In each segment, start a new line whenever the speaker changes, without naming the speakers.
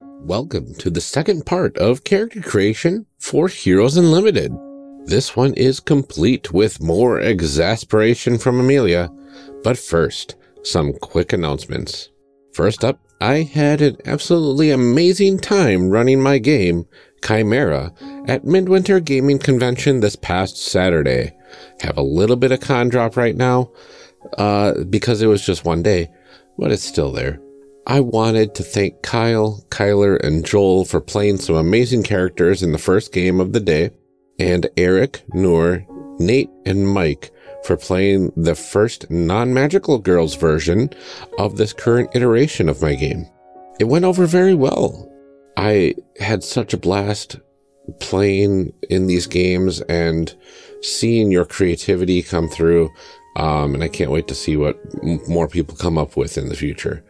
Welcome to the second part of character creation for Heroes Unlimited. This one is complete with more exasperation from Amelia, but first, some quick announcements. First up, I had an absolutely amazing time running my game, Chimera, at Midwinter Gaming Convention this past Saturday. Have a little bit of con drop right now, uh, because it was just one day, but it's still there. I wanted to thank Kyle, Kyler, and Joel for playing some amazing characters in the first game of the day, and Eric, Noor, Nate, and Mike for playing the first non magical girls version of this current iteration of my game. It went over very well. I had such a blast playing in these games and seeing your creativity come through. Um, and I can't wait to see what m- more people come up with in the future.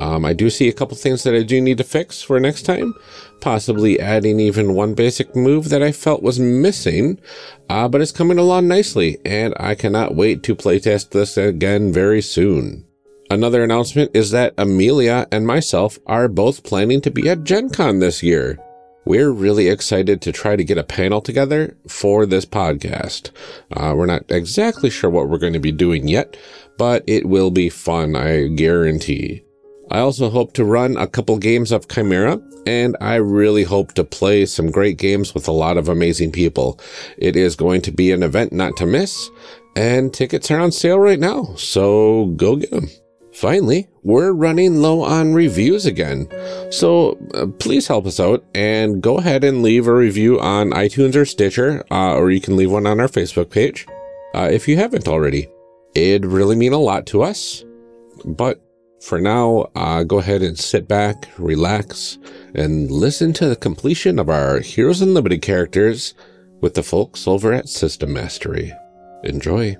Um, I do see a couple things that I do need to fix for next time, possibly adding even one basic move that I felt was missing, uh, but it's coming along nicely, and I cannot wait to playtest this again very soon. Another announcement is that Amelia and myself are both planning to be at Gen Con this year. We're really excited to try to get a panel together for this podcast. Uh, we're not exactly sure what we're going to be doing yet, but it will be fun, I guarantee. I also hope to run a couple games of Chimera, and I really hope to play some great games with a lot of amazing people. It is going to be an event not to miss, and tickets are on sale right now, so go get them. Finally, we're running low on reviews again, so uh, please help us out and go ahead and leave a review on iTunes or Stitcher, uh, or you can leave one on our Facebook page uh, if you haven't already. It'd really mean a lot to us, but for now, uh, go ahead and sit back, relax, and listen to the completion of our Heroes Unlimited characters with the folks over at System Mastery. Enjoy.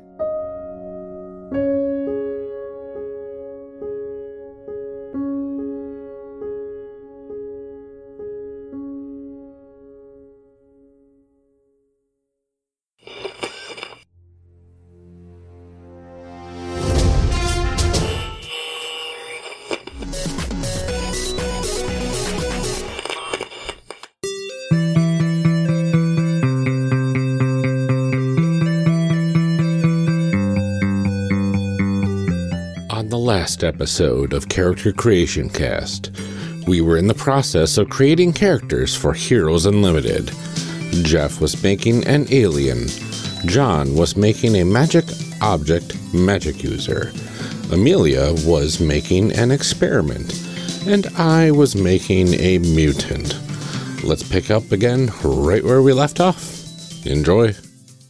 On the last episode of Character Creation Cast, we were in the process of creating characters for Heroes Unlimited. Jeff was making an alien. John was making a magic object magic user. Amelia was making an experiment. And I was making a mutant. Let's pick up again right where we left off. Enjoy.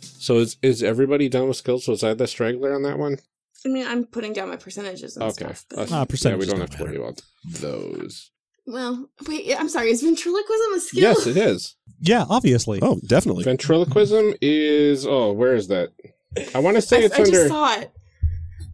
So is, is everybody done with skills? Was I the straggler on that one?
I mean, I'm putting down my percentages and
Okay.
stuff. But,
That's-
Ah,
Yeah, we
percentages
don't
don't
have to worry about those.
well, wait, yeah, I'm sorry. Is ventriloquism a skill?
Yes, it is.
Yeah, obviously.
Oh, definitely.
Ventriloquism is. Oh, where is that? I want to
I,
say it's
I just
under.
saw it.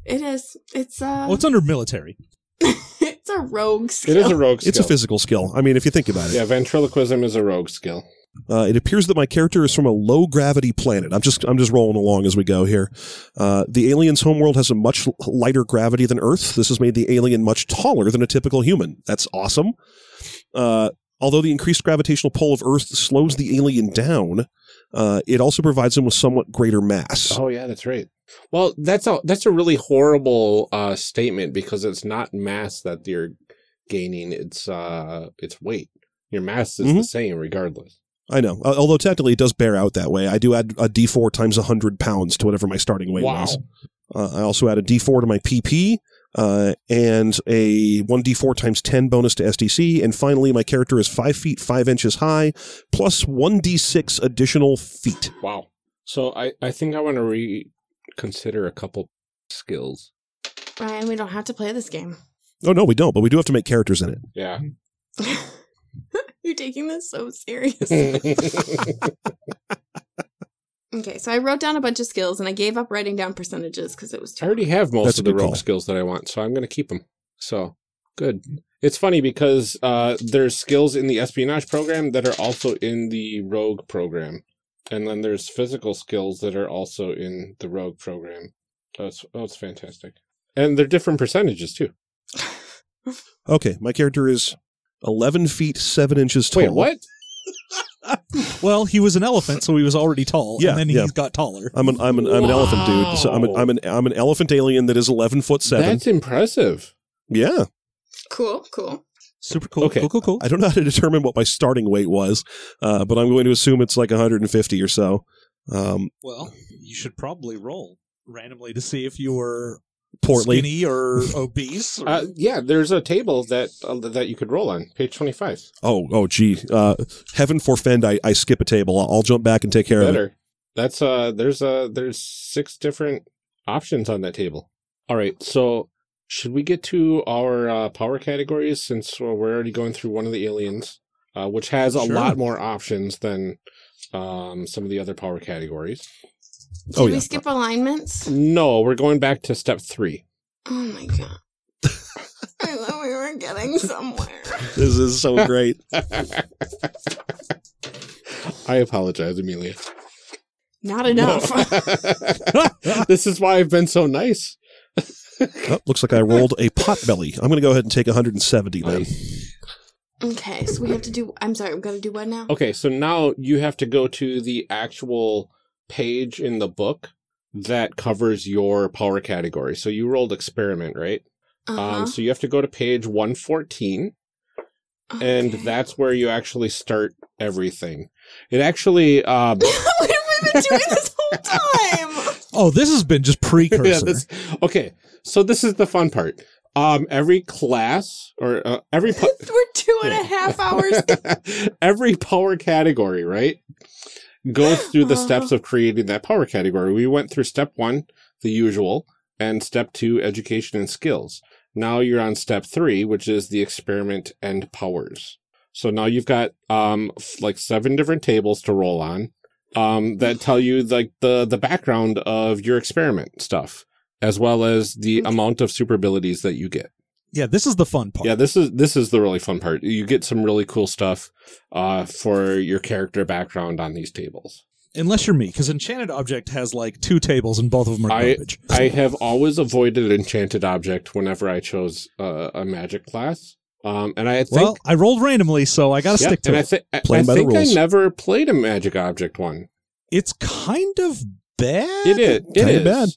It is. It's uh.
Well, it's under military.
it's a rogue
It
skill.
is a rogue skill.
It's a physical skill. I mean, if you think about it,
Yeah, ventriloquism is a rogue skill.
uh, it appears that my character is from a low gravity planet. I'm just I'm just rolling along as we go here. Uh, the alien's homeworld has a much l- lighter gravity than Earth. This has made the alien much taller than a typical human. That's awesome. Uh, although the increased gravitational pull of Earth slows the alien down, uh, it also provides him with somewhat greater mass.
Oh yeah, that's right. Well, that's a that's a really horrible uh, statement because it's not mass that you're gaining; it's uh, it's weight. Your mass is the
Mhm.
same regardless.
I know. Al- Although technically it does bear out that way. I do add a d4 times 100 pounds to whatever my starting weight
Wow.
was. Uh, I also add a d4 to my PP uh, and a 1d4 times 10 bonus to SDC. And finally, my character is 5 feet 5 inches high plus 1d6 additional feet.
Wow. So I I think I want to reconsider a couple skills.
Ryan, we don't have to play this game.
Oh, no, we don't, but we do have to make characters in it.
Yeah.
You're taking this so serious.
okay.
okay, so I wrote down a bunch of skills and I gave up writing down percentages because it was
I
too.
already have most
That's a
of the
good
rogue
call.
skills that I want, so I'm going to keep them. So good. It's funny because uh, there's skills in the espionage program that are also in the rogue program, and then there's physical skills that are also in the rogue program. Oh, it's, oh, it's fantastic, and they're different percentages too.
Okay, my character is 11 feet 7 inches tall.
Wait, what?
Well, he was an elephant, so he was already tall.
Yeah,
and then
yeah.
he got taller.
I'm an I'm an I'm an elephant dude. So I'm an,
Wow.
I'm an I'm an elephant alien that is 11 foot 7.
That's impressive.
yeah.
Cool, cool.
Super cool.
Okay.
Cool, cool, cool.
I don't know how to determine what my starting weight was, uh, but I'm going to assume it's like 150 or so. Um,
well, you should probably roll randomly to see if you were
portly.
skinny or obese. Or,
Uh, yeah, there's a table that uh, that you could roll on, page 25.
Oh, oh, gee. Uh, heaven forfend I, I skip a table. I'll, I'll jump back and take care of it.
Better. That's uh there's uh there's six different options on that table. All right, so should we get to our uh, power categories since uh, we're already going through one of the aliens, uh, which has a
Sure.
lot more options than um, some of the other power categories?
Did
Oh,
we
yeah.
skip alignments?
No, we're going back to step three.
Oh my god. I thought we were getting somewhere.
This is so great.
I apologize, Amelia.
Not enough.
this is why I've been so nice.
Oh, looks like I rolled a pot belly. I'm going to go ahead and take 170 then.
okay, so we have to do. I'm sorry, we've got to do what now?
Okay, so now you have to go to the actual page in the book that covers your power category. So you rolled experiment, right?
Uh-huh.
Um, so you have to go to page 114, and
Okay.
that's where you actually start everything. It actually, um,
what have we been doing this whole time?
oh, this has been just precursor.
yeah, this, okay, so this is the fun part. Um, every class or uh, every po-
We're two and a half hours.
every power category, right? Goes through the
Uh-huh.
steps of creating that power category. We went through step one, the usual, and step two, education and skills. Now you're on step three, which is the experiment and powers. So now you've got um f- like seven different tables to roll on um that tell you like the the background of your experiment stuff as well as the
Okay.
amount of super abilities that you get.
yeah, this is the fun part.
Yeah, this is this is the really fun part. You get some really cool stuff uh, for your character background on these tables.
Unless you're me, because Enchanted Object has like two tables and both of them are
I-
garbage.
I have always avoided enchanted object whenever I chose uh, a magic class, um, and I think
well, I rolled randomly, so I got to
Yep,
stick to
and
it.
I, thi- I, I
Playing by the
think I
rules.
never played a magic object one.
it's kind of bad.
It is. It
Kinda
is.
bad.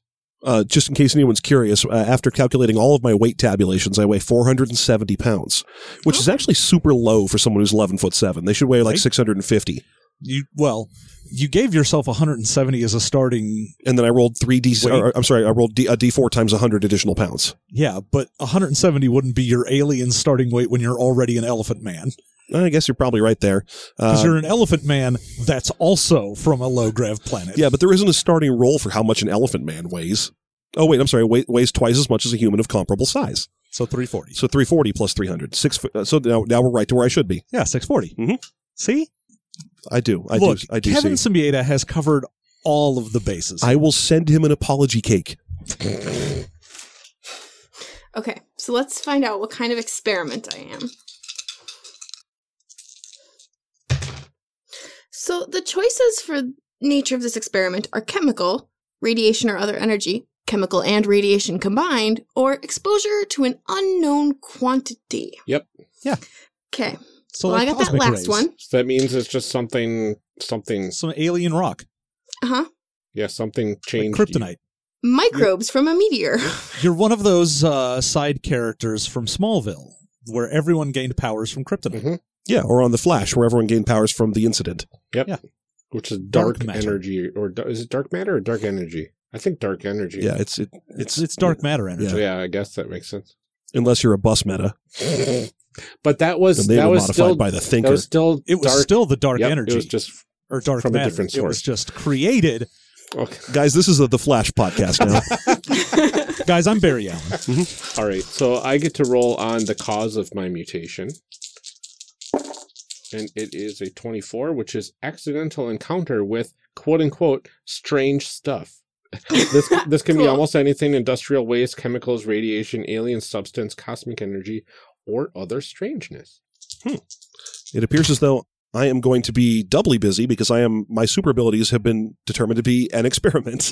Uh, just in case anyone's curious, uh, after calculating all of my weight tabulations, I weigh 470 pounds, which is actually super low for someone who's 11 foot 7. They should weigh like
Right.
650.
You well, you gave yourself 170 as a starting.
And then I rolled 3D.
Wait.
Or, I'm sorry, I rolled D, a D4 times 100 additional pounds.
Yeah, but 170 wouldn't be your alien starting weight when you're already an elephant man.
I guess you're probably right there.
Because
Uh,
you're an elephant man that's also from a low grav planet.
yeah, but there isn't a starting roll for how much an elephant man weighs. Oh, wait, I'm sorry, weight, weighs twice as much as a human of comparable size.
So 340.
So 340 plus 300. Six, foot- uh, so now, now we're right to where I should be.
yeah, 640.
Mhm.
See?
I do. I
Look,
do. I do
Kevin
see.
Symbieta has covered all of the bases.
I will send him an apology cake.
Okay, so let's find out what kind of experiment I am. So the choices for nature of this experiment are chemical, radiation or other energy, chemical and radiation combined, or exposure to an unknown quantity.
Yep.
Yeah.
Okay.
so
well, I
like
got that
cosmic
last
rays.
one.
So that means it's just something, something,
Some alien rock.
Uh huh.
yeah, something
Like
changed.
kryptonite.
Microbes from a meteor.
You're one of those uh, side characters from Smallville where everyone gained powers from kryptonite.
Mhm.
Yeah, or on the Flash, where everyone gained powers from the incident.
which is dark,
Dark matter.
energy, or da- is it dark matter or dark energy? I think dark energy.
Yeah, it's it,
It's it's dark matter energy.
So yeah, I guess that makes sense.
unless you're a bus meta,
but that was
and they
that
were
was
modified
still
by the
that
thinker.
was still
It was
dark,
still the dark
Yep,
energy
It was just
or dark
from a
matter.
different
It was
source.
just created.
okay.
Guys, this is a, the Flash podcast now.
Guys, I'm Barry Allen.
All right, so I get to roll on the cause of my mutation, and it is a twenty-four, which is accidental encounter with quote unquote strange stuff. this this can be
Cool.
almost anything: industrial waste, chemicals, radiation, alien substance, cosmic energy, or other strangeness.
it appears as though I am going to be doubly busy because I am my super abilities have been determined to be an experiment.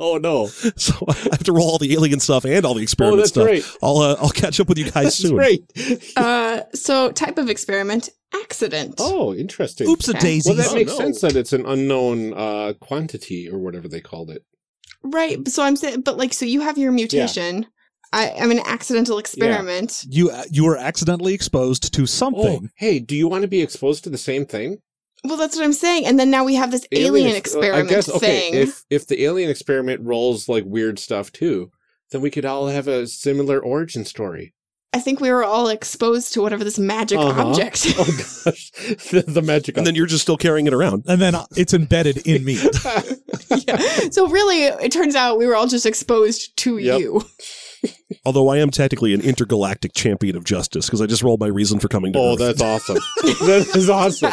oh no!
so I have to roll all the alien stuff and all the
Oh,
experiment
that's
stuff.
right.
I'll uh, I'll catch up with you guys
That's
soon.
right.
Uh, so type of experiment, accident.
Oh, interesting.
Oops a
Okay.
daisy.
Well, that
Oh,
makes
no.
sense that it's an unknown uh, quantity or whatever they called it.
Right. So I'm saying, but like, so you have your mutation. I, I'm an accidental experiment.
you you were accidentally exposed to
Oh,
something.
hey, do you want to be exposed to the same thing?
Well, that's what I'm saying. And then now we have this alien,
ex-
experiment
uh, I guess, okay,
thing.
If if the alien experiment rolls like weird stuff too, then we could all have a similar origin story.
I think we were all exposed to whatever this magic
Uh-huh.
object.
Oh gosh, the, the magic.
And then you're just still carrying it around.
Oh.
And then it's embedded in me.
yeah. So really, it turns out we were all just exposed to
Yep.
you.
Although I am technically an intergalactic champion of justice because I just rolled my reason for coming to
oh,
Earth.
that's awesome. that is awesome.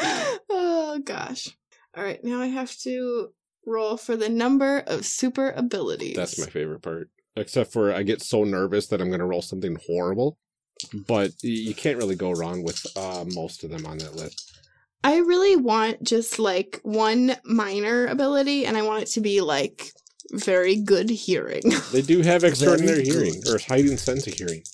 oh gosh. All right. Now I have to roll for the number of super abilities.
That's my favorite part. Except for I get so nervous that I'm going to roll something horrible. But y- you can't really go wrong with uh, most of them on that list.
I really want just like one minor ability, and I want it to be like very good hearing.
They do have extraordinary
Very
hearing
good.
or heightened sense of hearing.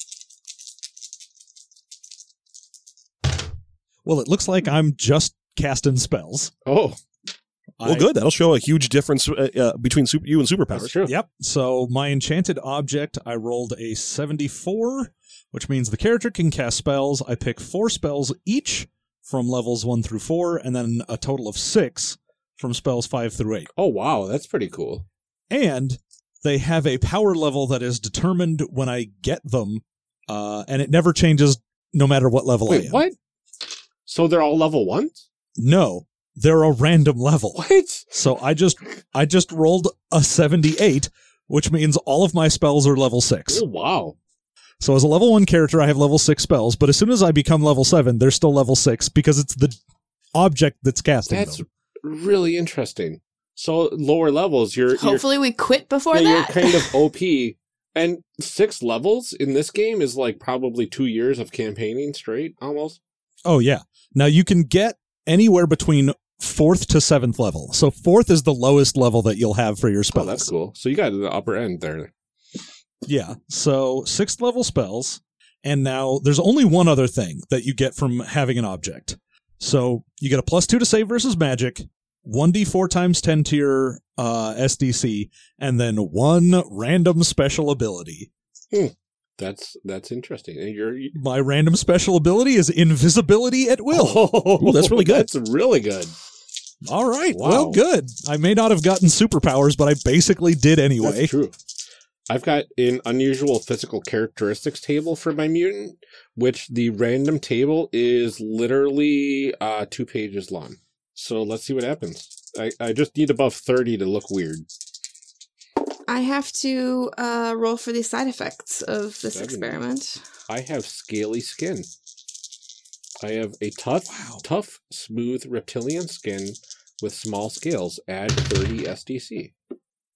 well, it looks like I'm just casting spells.
Oh,
well,
I-
good. That'll show a huge difference uh, uh, between super, you and
that's
superpowers.
true.
Yep. So my enchanted object, I rolled a 74, which means the character can cast spells. I pick four spells each from levels one through four, and then a total of six from spells five through eight.
Oh wow, that's pretty cool.
And they have a power level that is determined when I get them, uh, and it never changes no matter what level I
Wait,
am.
what? So they're all level one?
No, they're a random level.
What?
So I just I just rolled a 78, which means all of my spells are level 6.
Oh, wow.
So as a level 1 character I have level 6 spells, but as soon as I become level 7, they're still level 6 because it's the object that's casting
That's
them.
really interesting. So lower levels, you're you're,
Hopefully, we quit before
yeah, you're
that.
kind of OP. And six levels in this game is like probably two years of campaigning straight almost.
Oh yeah. Now you can get anywhere between 4th to 7th level. So 4th is the lowest level that you'll have for your
Oh,
spells.
that's cool. So you got the upper end there.
Yeah. So sixth level spells. And now there's only one other thing that you get from having an object. So you get a plus two to save versus magic, 1d4 times 10 to your uh, SDC, and then one random special ability.
That's that's interesting. And you're you-
My random special ability is invisibility at will.
Oh,
Ooh, that's really good.
That's really good.
All right.
Wow.
Well, good. I may not have gotten superpowers, but I basically did anyway.
That's true. I've got an unusual physical characteristics table for my mutant, which the random table is literally uh, two pages long. So let's see what happens. I, I just need above 30 to look weird.
I have to uh, roll for the side effects of this
Seven.
experiment.
I have scaly skin. I have a tough,
Wow.
tough, smooth reptilian skin with small scales. Add 30 SDC.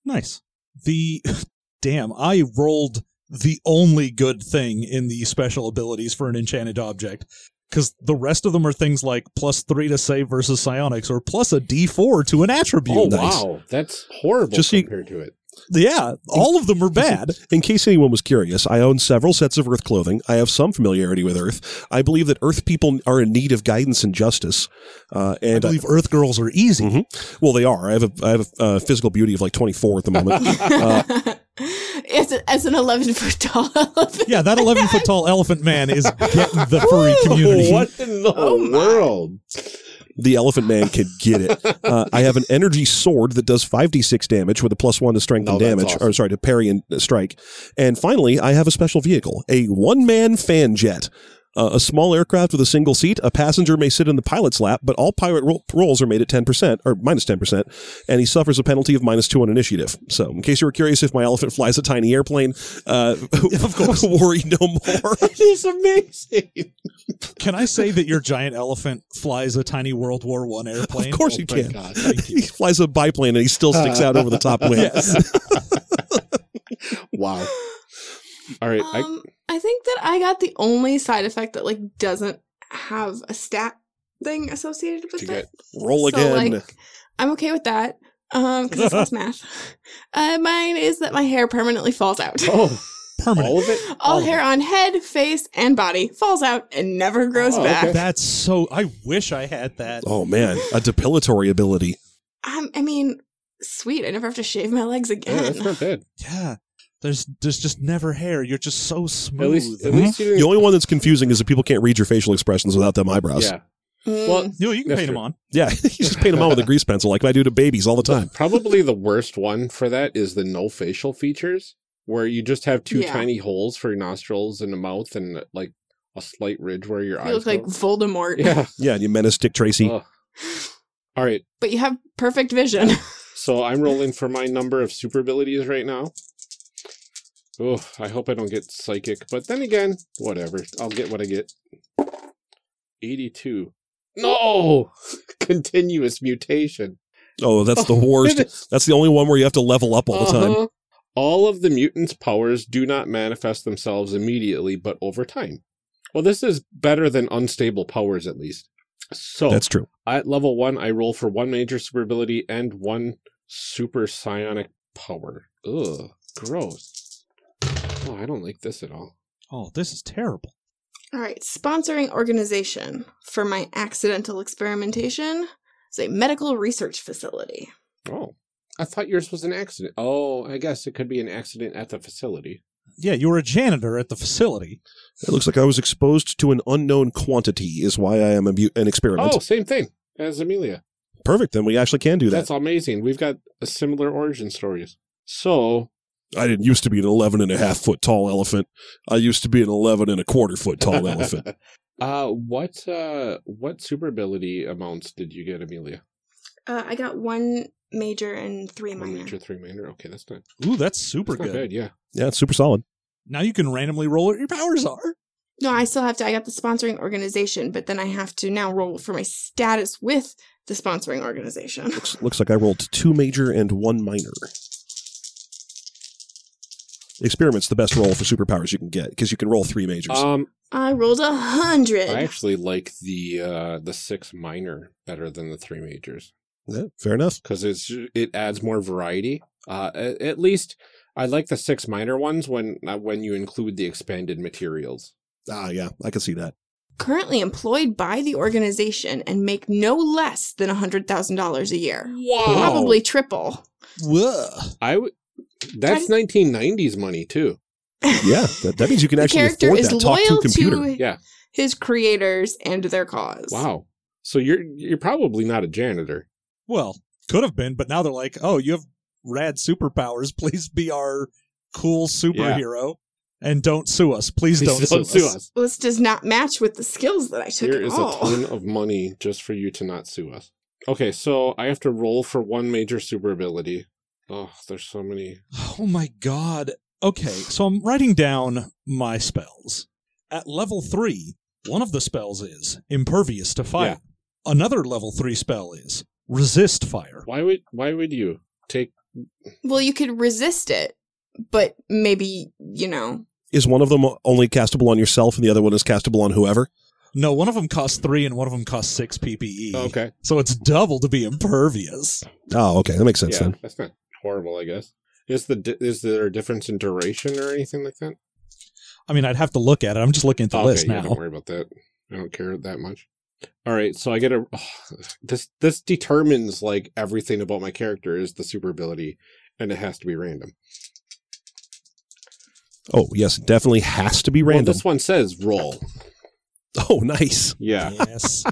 Nice. The damn, I rolled the only good thing in the special abilities for an enchanted object because the rest of them are things like plus three to save versus psionics or plus a d4 to an attribute.
Oh,
nice.
wow. That's horrible
Just so you-
compared to it.
Yeah, all of them are bad.
In case anyone was curious, I own several sets of Earth clothing. I have some familiarity with Earth. I believe that Earth people are in need of guidance and justice. Uh,
I
and
believe Earth girls are easy.
Mhm. well, they are. I have a I have a uh, physical beauty of like 24 at the moment.
Uh.
as, a- as an 11 foot tall elephant.
Mm-hmm.
Yeah, that 11 foot tall elephant man is getting the furry
Oh,
community.
What in the
Oh, my.
world?
the Elephant Man can get it. Uh, I have an energy sword that does 5d6 damage with a plus one to strength
No,
and
that's
damage,
awesome.
or sorry, to parry and uh, strike. And finally, I have a special vehicle, a one man fan jet. Uh, a small aircraft with a single seat. A passenger may sit in the pilot's lap, but all pirate ro- rolls are made at 10% or minus 10%, and he suffers a penalty of minus two on initiative. So, in case you were curious if my elephant flies a tiny airplane, uh, of course, worry no more.
It is amazing.
Can I say that your giant elephant flies a tiny World War One airplane?
Of course, you
Oh my
can.
God, thank
He
you.
flies a biplane and he still sticks out over the top wing.
Yes.
wow. All right, I,
Um, I think that I got the only side effect that like doesn't have a stat thing associated with
You
it.
Roll
So,
again.
like, I'm okay with that. Um, because it's less math. Uh, mine is that my hair permanently falls out.
oh,
Permanent.
all of it.
All
all of
hair on head, face, and body falls out and never grows
Oh,
back.
okay.
That's so. I wish I had that.
oh man, a depilatory ability.
Um, I mean, sweet. I never have to shave my legs
Yeah,
again.
that's not bad.
Yeah. There's there's just never hair. You're just so smooth.
At least, at
Mhm.
least you
The
didn't.
only one that's confusing is that people can't read your facial expressions without them eyebrows.
Yeah,
Mm.
Well,
no, you can
That's
paint them
true.
on.
Yeah, you just paint them on with a grease pencil, like I do to babies all the time.
probably the worst one for that is the no facial features, where you just have two
Yeah.
tiny holes for your nostrils and a mouth, and like a slight ridge where your
you
eyes
look like
go.
Voldemort,
Yeah.
Yeah, and you menace Dick Tracy.
Ugh. All right,
but you have perfect vision.
so I'm rolling for my number of super abilities right now. Oh, I hope I don't get psychic, but then again, whatever. I'll get what I get. 82. No! Continuous mutation.
Oh, that's the worst. That's the only one where you have to level up all the time.
Uh-huh. All of the mutants' powers do not manifest themselves immediately, but over time. Well, this is better than unstable powers, at least. So
That's true.
at level one, I roll for one major super ability and one super psionic power. Ugh, gross. Oh, I don't like this at all.
Oh, this is terrible.
All right, sponsoring organization for my accidental experimentation is a medical research facility.
Oh, I thought yours was an accident. Oh, I guess it could be an accident at the facility.
Yeah, you were a janitor at the facility.
It looks like I was exposed to an unknown quantity, is why I am a mu- an experiment.
Oh, same thing as Amelia.
Perfect. Then we actually can do that.
That's amazing. We've got a similar origin stories. So
I didn't used to be an 11 and a half foot tall elephant. I used to be an 11 and a quarter foot tall elephant.
Uh, what uh, what super ability amounts did you get, Amelia?
Uh, I got one major and three
One
minor.
major, three minor. Okay, that's not,
Ooh, that's super
that's not
good.
bad. Yeah.
Yeah, it's super solid.
Now you can randomly roll what your powers are.
No, I still have to. I got the sponsoring organization, but then I have to now roll for my status with the sponsoring organization.
Looks, looks like I rolled two major and one minor. Experiment's the best roll for superpowers you can get because you can roll three majors.
Um,
I rolled a hundred.
I actually like the uh the six minor better than the three majors
Yeah, fair enough.
because it's it adds more variety. Uh, a- at least I like the six minor ones when uh, when you include the expanded materials.
Ah, yeah, I can see that.
Currently employed by the organization and make no less than a hundred thousand dollars a year.
Wow,
Probably triple.
Whoa.
I w- that's nineteen nineties money too.
Yeah, that, that means you can
The
actually
character
afford
is
that talk to
loyal
computer.
to
Yeah.
his creators and their cause.
Wow. So you're you're probably not a janitor.
Well, could have been, but now they're like, oh, you have rad superpowers. Please be our cool superhero and don't sue us. Please, don't, sue, us.
This does not match with the skills that I took
Here
at
is
all.
a ton of money just for you to not sue us. Okay, so I have to roll for one major super ability. Oh, there's so many.
Oh my god. Okay, so I'm writing down my spells. At level three, one of the spells is impervious to fire. Another level three spell is resist fire.
Why would why would you take?
Well, you could resist it, but maybe, you know,
Is one of them only castable on yourself and the other one is castable on whoever?
No, one of them costs three and one of them costs six PPE.
Okay,
So it's double to be impervious.
Oh, okay. That makes sense
yeah,
then.
that's not horrible, I guess. Is the di- is there a difference in duration or anything like that?
I mean, I'd have to look at it. I'm just looking at the
okay,
list
yeah,
now.
don't worry about that. I don't care that much. All right, so I get a oh, this this determines like everything about my character is the super ability, and it has to be random.
Oh, yes. it Definitely has to be
Well,
random.
this one says roll.
oh, nice.
Yeah.
Yes.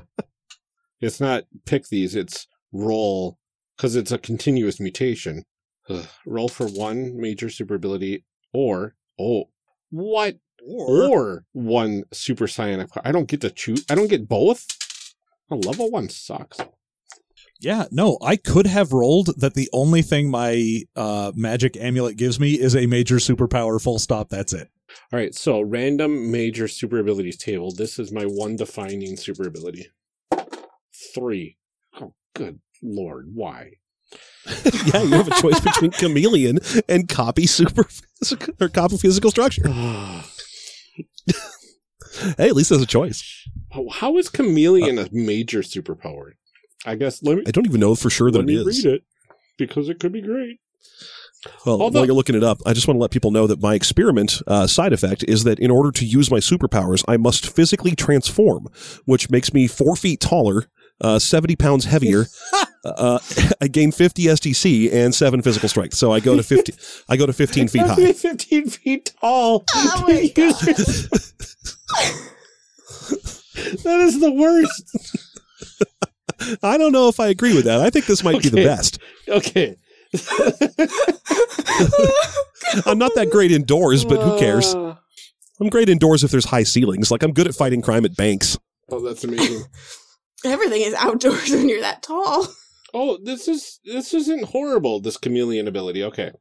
It's not pick these, it's roll because it's a continuous mutation. Ugh. Roll for one major super ability or oh what
or,
or one super psionic. I don't get to choose. I don't get both. A level one sucks.
yeah, no, I could have rolled that the only thing my uh, magic amulet gives me is a major superpower, full stop, that's it.
All right, so random major super abilities table. This is my one defining super ability. Three. Oh, good lord, why?
yeah, you have a choice between chameleon and copy super physical or copy physical structure. Hey, at least there's a choice.
How- How is chameleon a major superpower? I guess let me
I don't even know for sure that
let
it
me
is.
read it because it could be great.
Well,
Although-
while you're looking it up, I just want to let people know that my experiment uh, side effect is that in order to use my superpowers, I must physically transform, which makes me four feet taller, uh, 70 pounds heavier. uh, I gain 50 STC and seven physical strength. So I go to 50. I go to 15 feet high.
Fifteen feet tall.
Oh my
that is the worst.
I don't know if I agree with that. I think this might be the
Okay.
best.
Okay.
I'm not that great indoors, but who cares?
Oh,
I'm great indoors if there's high ceilings. Like I'm good at fighting crime at banks.
Oh, that's amazing.
Everything is outdoors when you're that tall.
Oh, this is this isn't horrible. This chameleon ability. Okay,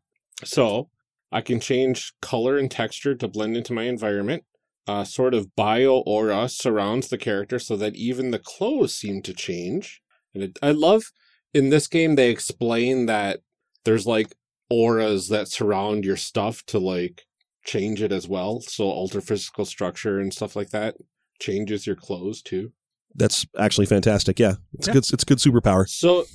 so I can change color and texture to blend into my environment. A sort of bio aura surrounds the character, so that even the clothes seem to change. And it, I love in this game they explain that there's like auras that surround your stuff to like change it as well. So alter physical structure and stuff like that changes your clothes too.
That's actually fantastic. Yeah, it's
Yeah.
good. It's a good superpower.
So,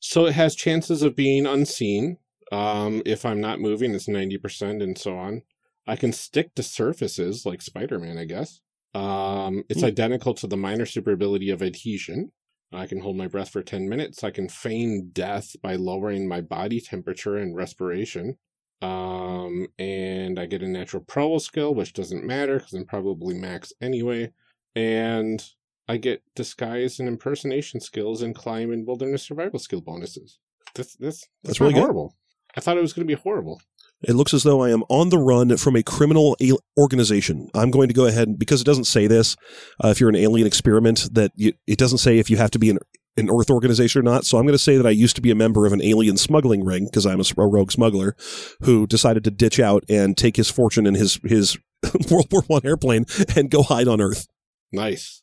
so it has chances of being unseen. Um, if I'm not moving, it's ninety percent, and so on. I can stick to surfaces like Spider-Man, I guess. Um, it's
Hmm.
identical to the minor super ability of adhesion. I can hold my breath for ten minutes. I can feign death by lowering my body temperature and respiration. Um, and I get a natural prowl skill, which doesn't matter because I'm probably max anyway. And I get disguise and impersonation skills and climb and wilderness survival skill bonuses. This this
That's
that's
really
really
good.
horrible. I thought it was going to be horrible.
It looks as though I am on the run from a criminal al- organization. I'm going to go ahead and, because it doesn't say this. Uh, if you're an alien experiment, that you, it doesn't say if you have to be an an Earth organization or not. So I'm going to say that I used to be a member of an alien smuggling ring because I'm a, s- a rogue smuggler who decided to ditch out and take his fortune in his his World War One airplane and go hide on Earth.
Nice.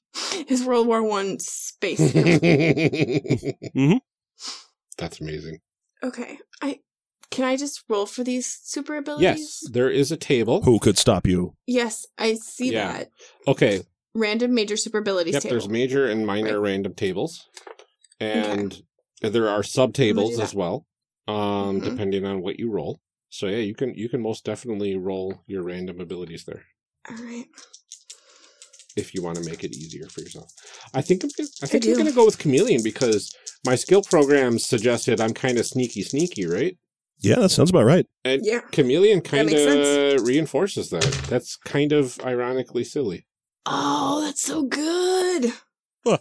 His World War One space.
That's amazing.
okay, I can I just roll for these super abilities?
Yes, there is a table.
Who could stop you?
Yes, I see
Yeah.
that
Okay.
random major super abilities
Yep.
table.
There's major and minor random tables, and there are sub tables
that.
as well, um,
Mhm.
depending on what you roll. So yeah, you can you can most definitely roll your random abilities there.
All right.
if you want to make it easier for yourself. I think I'm gonna, I think I am
do.
going to go with chameleon because my skill program suggested I'm kind of sneaky, sneaky, right?
Yeah, that sounds about right.
And
Yeah.
chameleon
That
kind
makes
of reinforces that. That's kind of ironically silly.
Oh, that's so good.
Huh.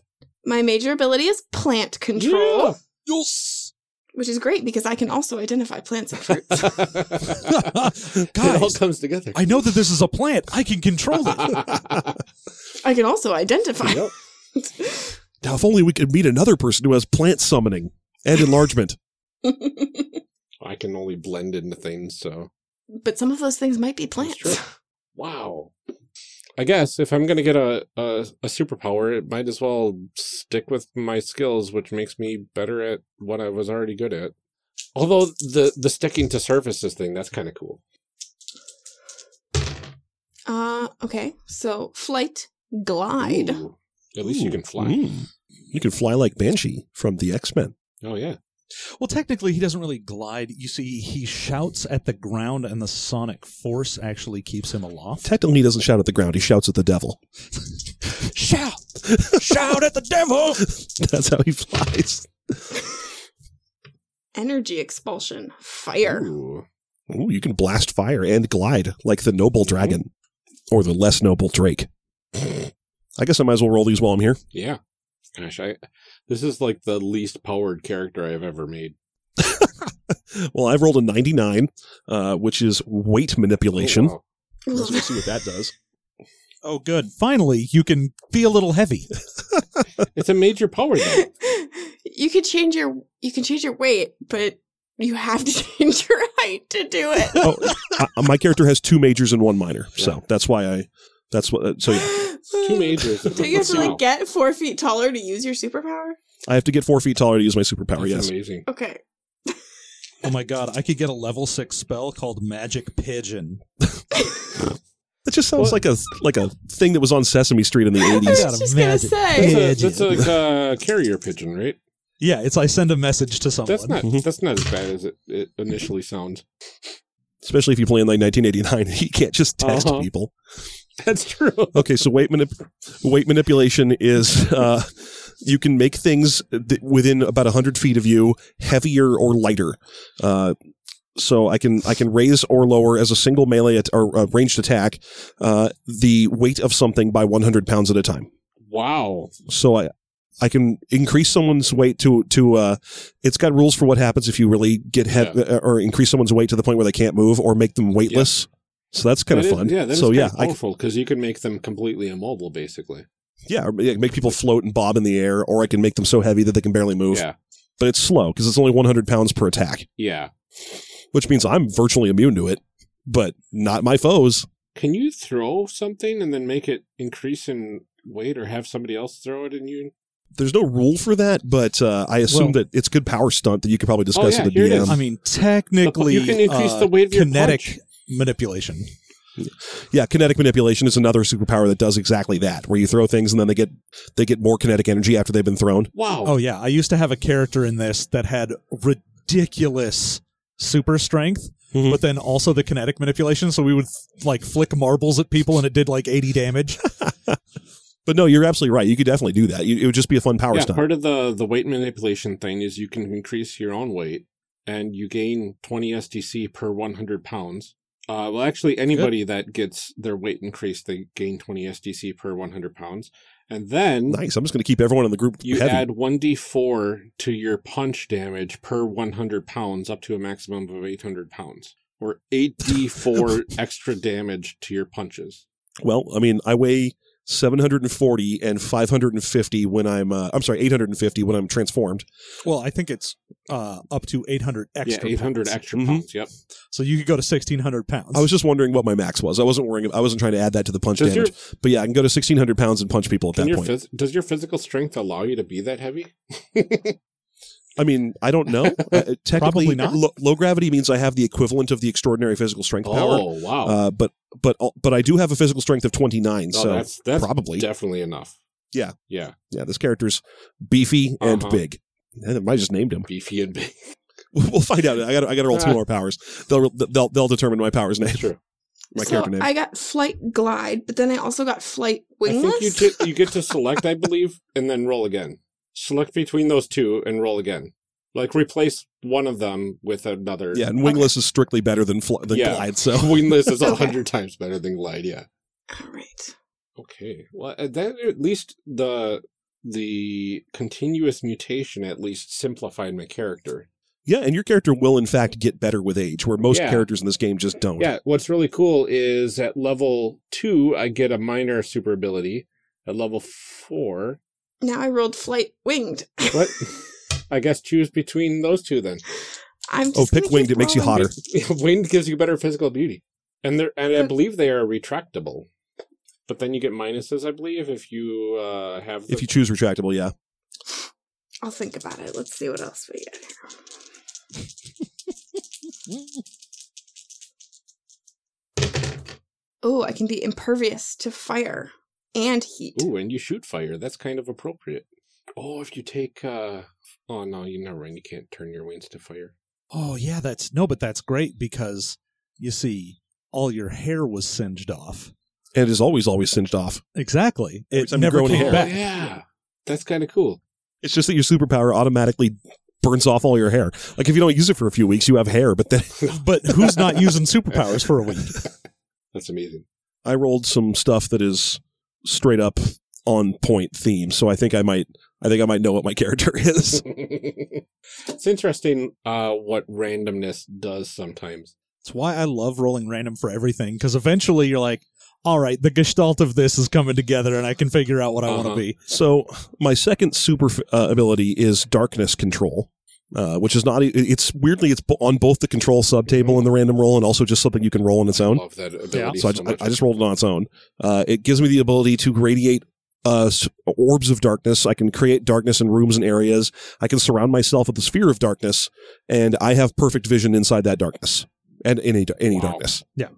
My major ability is plant control,
Yeah.
Yes.
which is great because I can also identify plants and fruits.
it all
Guys,
comes together.
I know that this is a plant. I can control it.
I can also identify.
Yep.
Now, if only we could meet another person who has plant summoning and enlargement.
I can only blend into things, so
but some of those things might be plants.
true. wow. I guess if I'm going to get a, a a superpower, it might as well stick with my skills, which makes me better at what I was already good at. Although the the sticking to surfaces thing, that's kind of cool.
Uh, okay. So flight, glide.
Ooh. At least you can fly.
Mm. You can fly like Banshee from the X Men.
Oh yeah.
Well, technically, he doesn't really glide. You see, he shouts at the ground, and the sonic force actually keeps him aloft.
Technically, he doesn't shout at the ground. He shouts at the devil.
Shout! Shout at the devil!
That's how he flies.
Energy expulsion, fire.
Ooh.
Ooh, you can blast fire and glide like the noble dragon or the less noble Drake. I guess I might as well roll these while I'm here.
Yeah. Gosh, I this is like the least powered character I've ever made.
Well, I've rolled a 99, uh, which is weight manipulation.
Oh,
We'll see what that does.
Oh, good. Finally, you can be a little heavy.
wow. It's a major power though.
you can change your you can change your weight, but you have to change your height to do it.
Oh, I, my character has two majors and one minor, so that's why I. That's what. So yeah,
Two majors.
Do you have to like get four feet taller to use your superpower?
I have to get four feet taller to use my superpower.
That's
Oh, yes.
amazing.
Okay.
Oh my god, I could get a level six spell called Magic Pigeon.
That just sounds
Well-
like a like a thing that was on Sesame Street in the
I
eighties.
got
was
a
just gonna
magic
say.
pig.
That's, a,
Yeah,
that's like a uh, carrier pigeon, right?
Yeah, it's I send a message to someone.
That's not that's not as bad as it, it initially sounds.
Especially if you play in like 1989, you can't just text
Uh-huh.
people.
That's true.
Okay, so weight manip- weight manipulation is uh, you can make things th- within about 100 feet of you heavier or lighter. Uh, so I can I can raise or lower as a single melee at, or uh, ranged attack uh, the weight of something by 100 pounds at a time.
Wow.
so I I can increase someone's weight to to uh it's got rules for what happens if you really get head uh, or increase someone's weight to the point where they can't move or make them weightless. So that's kind
That
of
is-
fun.
yeah, that's
so yeah, I,
powerful because you can make them completely immobile, basically.
yeah, or yeah, make people float and bob in the air, or I can make them so heavy that they can barely move.
Yeah,
But it's slow because it's only 100 pounds per attack,
yeah.
which means I'm virtually immune to it, but not my foes.
Can you throw something and then make it increase in weight, or have somebody else throw it and you?
There's no rule for that, but uh, I assume
Well-
that it's good power stunt that you could probably discuss
Oh, yeah,
with
here it
the
is.
DM.
I mean, technically,
You can increase
uh,
the weight of your
kinetic
punch.
manipulation.
Yeah, kinetic manipulation is another superpower that does exactly that, where you throw things and then they get they get more kinetic energy after they've been thrown.
Wow.
Oh yeah, I used to have a character in this that had ridiculous super strength,
Mm-hmm.
Mhm.
but then also the kinetic manipulation. So we would like flick marbles at people, and it did like eighty damage.
But no, you're absolutely right. You could definitely do that. You, it would just be a fun power
yeah.
stunt.
Part of the the weight manipulation thing is you can increase your own weight, and you gain 20 SDC per 100 pounds. Uh, well, actually, anybody that gets their weight increased, they gain 20 SDC per 100 pounds, and then
nice. I'm just going to keep everyone in the group
You
heavy.
add 1d4 to your punch damage per 100 pounds up to a maximum of 800 pounds, or 8d4 extra damage to your punches.
well, I mean, I weigh 740 and 550 when I'm uh, I'm sorry, 850 when I'm transformed.
well, I think it's uh, up to eight hundred extra.
yeah, 800
pounds.
extra
Mhm.
pounds. Yep.
So you could go to sixteen hundred pounds.
I was just wondering what my max was. I wasn't worrying. I wasn't trying to add that to the punch
Does your,
damage. but yeah, I can go to 1600 pounds and punch people at
can
that
your
point.
phys- does your physical strength allow you to be that heavy?
I mean, I don't know. Uh, technically,
Probably not.
Low, low gravity means I have the equivalent of the extraordinary physical strength power.
Oh, Oh, wow.
Uh, but but but I do have a physical strength of 29,
No,
so
that's, that's
probably
definitely enough.
Yeah.
Yeah.
yeah, this character's beefy and
Uh-huh.
big. And I just named him.
Beefy and big.
We'll find out. I got I got to roll two
Ah.
more powers. They'll they'll they'll determine my power's name,
True.
my
so
character name.
I got flight glide, but then I also got flight
I
wingless.
think you, get you get to select, I believe, and then roll again. Select between those two and roll again. Like replace one of them with another.
yeah, and wingless is strictly better than fl- than
Yeah.
glide. So
wingless is a
Okay.
hundred times better than glide. Yeah.
All right.
Okay. Well, uh, that at least the the continuous mutation at least simplified my character.
yeah, and your character will in fact get better with age, where most
Yeah.
characters in this game just don't.
Yeah. What's really cool is at level two, I get a minor super ability. At level four,
Now I rolled flight winged.
what? I guess choose between those two then.
I'm just
Oh, pick
gonna
winged.
keep
It makes you
rolling.
hotter.
Wind gives you better physical beauty, and they're and I
Good.
believe they are retractable. But then you get minuses, I believe, if you uh, have the
If you choose retractable, yeah.
I'll think about it. Let's see what else we get. Oh, I can be impervious to fire and heat.
Ooh, and you shoot fire. That's kind of appropriate. Oh, if you take uh oh no, you never mind, you can't turn your wings to fire.
oh yeah, that's no, but that's great because you see, all your hair was singed off.
And it is always always singed off.
Exactly.
Every
It
time you
never
grow any
came
hair.
Oh,
back.
yeah. That's kinda cool.
It's just that your superpower automatically burns off all your hair. Like if you don't use it for a few weeks, you have hair. But then
But who's not using superpowers for a week?
That's amazing.
I rolled some stuff that is straight up on point theme, so I think I might I think I might know what my character is.
it's interesting uh what randomness does sometimes.
It's why I love rolling random for everything because eventually you're like, all right, the gestalt of this is coming together and I can figure out what I want
Uh-huh.
to be.
so my second super uh, ability is darkness control. Uh, which is not it- it's weirdly it's bo- on both the control subtable and the random roll and also just something you can roll on its own
Love that ability.
so
so
I, ju-
much.
I, I just rolled it on its own uh, it gives me the ability to radiate uh, s- orbs of darkness. I can create darkness in rooms and areas. I can surround myself with a sphere of darkness, and I have perfect vision inside that darkness and any any
Wow.
darkness.
Yeah.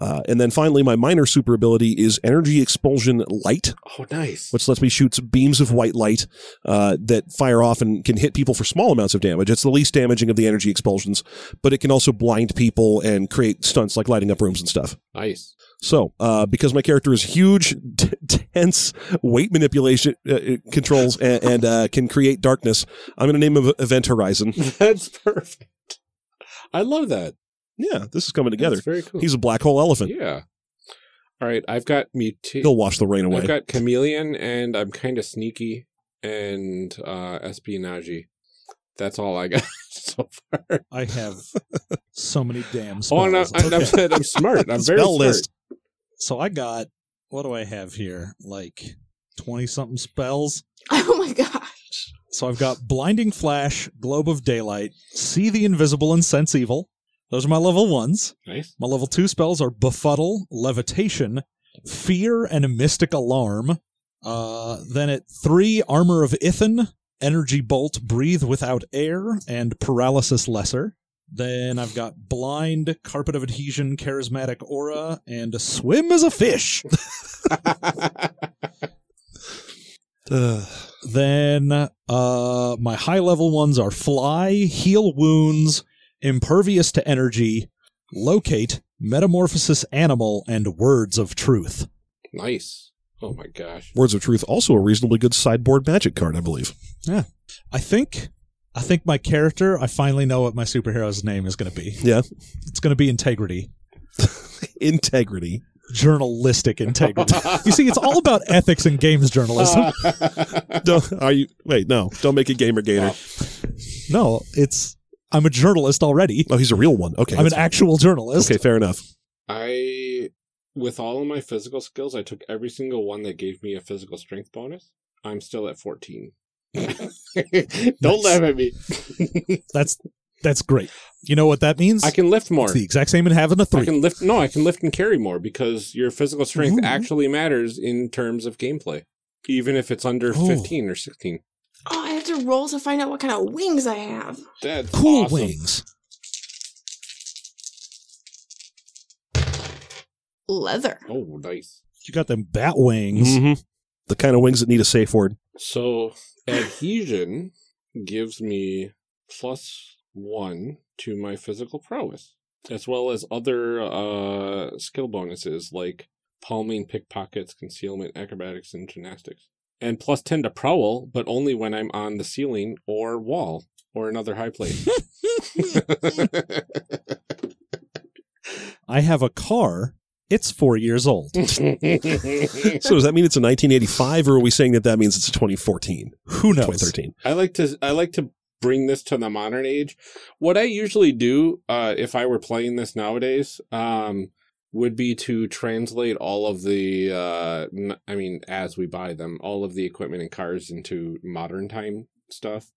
Uh, and then finally, my minor super ability is energy expulsion light,
Oh, nice.
which lets me shoot beams of white light uh, that fire off and can hit people for small amounts of damage. It's the least damaging of the energy expulsions, but it can also blind people and create stunts like lighting up rooms and stuff.
Nice.
So, uh, because my character is huge, t- tense weight manipulation uh, uh, controls and, and uh, can create darkness, I'm going to name of Event Horizon.
That's perfect. I love that.
Yeah, this is coming together.
That's very cool.
He's a black hole elephant.
yeah. All right, I've got mutation.
He'll wash the rain away.
I've got chameleon, and I'm kind of sneaky, and uh, espionage. That's all I got so far.
I have so many damn
Oh, and I,
spells.
and I'm,
Okay.
I'm smart. I'm very
Spell
smart.
list.
so I got what do I have here? Like twenty something spells.
Oh my gosh.
So I've got blinding flash, globe of daylight, see the invisible, and sense evil. Those are my level ones.
Nice.
My level two spells are befuddle, levitation, fear, and mystic alarm. Uh, then at three, armor of Ithan, energy bolt, breathe without air, and paralysis lesser. Then I've got blind, carpet of adhesion, charismatic aura, and swim as a fish.
Uh,
Then uh, my high level ones are fly, heal wounds, impervious to energy, locate, metamorphosis animal, and words of truth.
nice. Oh my gosh.
Words of Truth, also a reasonably good sideboard magic card, I believe.
I think I think my character, I finally know what my superhero's name is going to be.
Yeah.
It's going to be integrity,
Integrity.
journalistic integrity. you see, it's all about ethics in games
Uh.
journalism.
Don't, are you? Wait, no. Don't make it Gamer Gator.
No, it's I'm a journalist already.
Oh, he's a real one. Okay.
I'm an
that's-
actual journalist.
okay, fair enough.
I, with all of my physical skills, I took every single one that gave me a physical strength bonus. I'm still at 14. Don't laugh at me.
That's that's great. You know what that means?
I can lift more.
it's the exact same in having a
I
three. Mm-hmm.
can lift. No, I can lift and carry more because your physical strength
Ooh.
actually matters in terms of gameplay, even if it's under
Oh.
15 or 16.
Oh, I have to roll to find out what kind of wings I have.
That's
cool
awesome.
wings.
Leather.
Oh, nice.
You got them bat wings.
Mhm. The kind of wings that need a safe word.
So adhesion gives me plus one to my physical prowess, as well as other uh, skill bonuses like palming, pickpockets, concealment, acrobatics, and gymnastics. And plus 10 to prowl, but only when I'm on the ceiling or wall or another high place.
I have a car. It's four years old.
So does that mean it's a 1985, or are we saying that that means it's a 2014,
Who knows?
2013?
I like to I like to bring this to the modern age. What I usually do uh, if I were playing this nowadays um, would be to translate all of the uh, n- I mean as we buy them all of the equipment and cars into modern time stuff.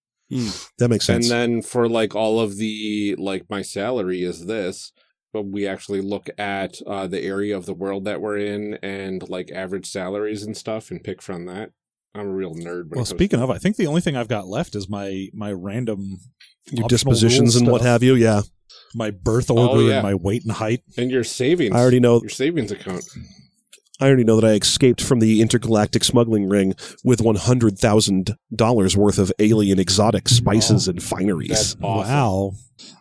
That makes
And
sense.
then for like all of the like my salary is this, but we actually look at uh, the area of the world that we're in and like average salaries and stuff and pick from that. I'm a real nerd. when it
Well,
comes to
speaking of, I think the only thing I've got left is my my random
Your
optional
dispositions
rule
and what
stuff.
have you. Yeah,
my birth order
Oh, yeah.
and my weight and height.
and your savings.
I already know.
your savings account.
I already know that I escaped from the intergalactic smuggling ring with one hundred thousand dollars worth of alien exotic spices and
That's
fineries.
awesome. Mm-hmm.
Wow.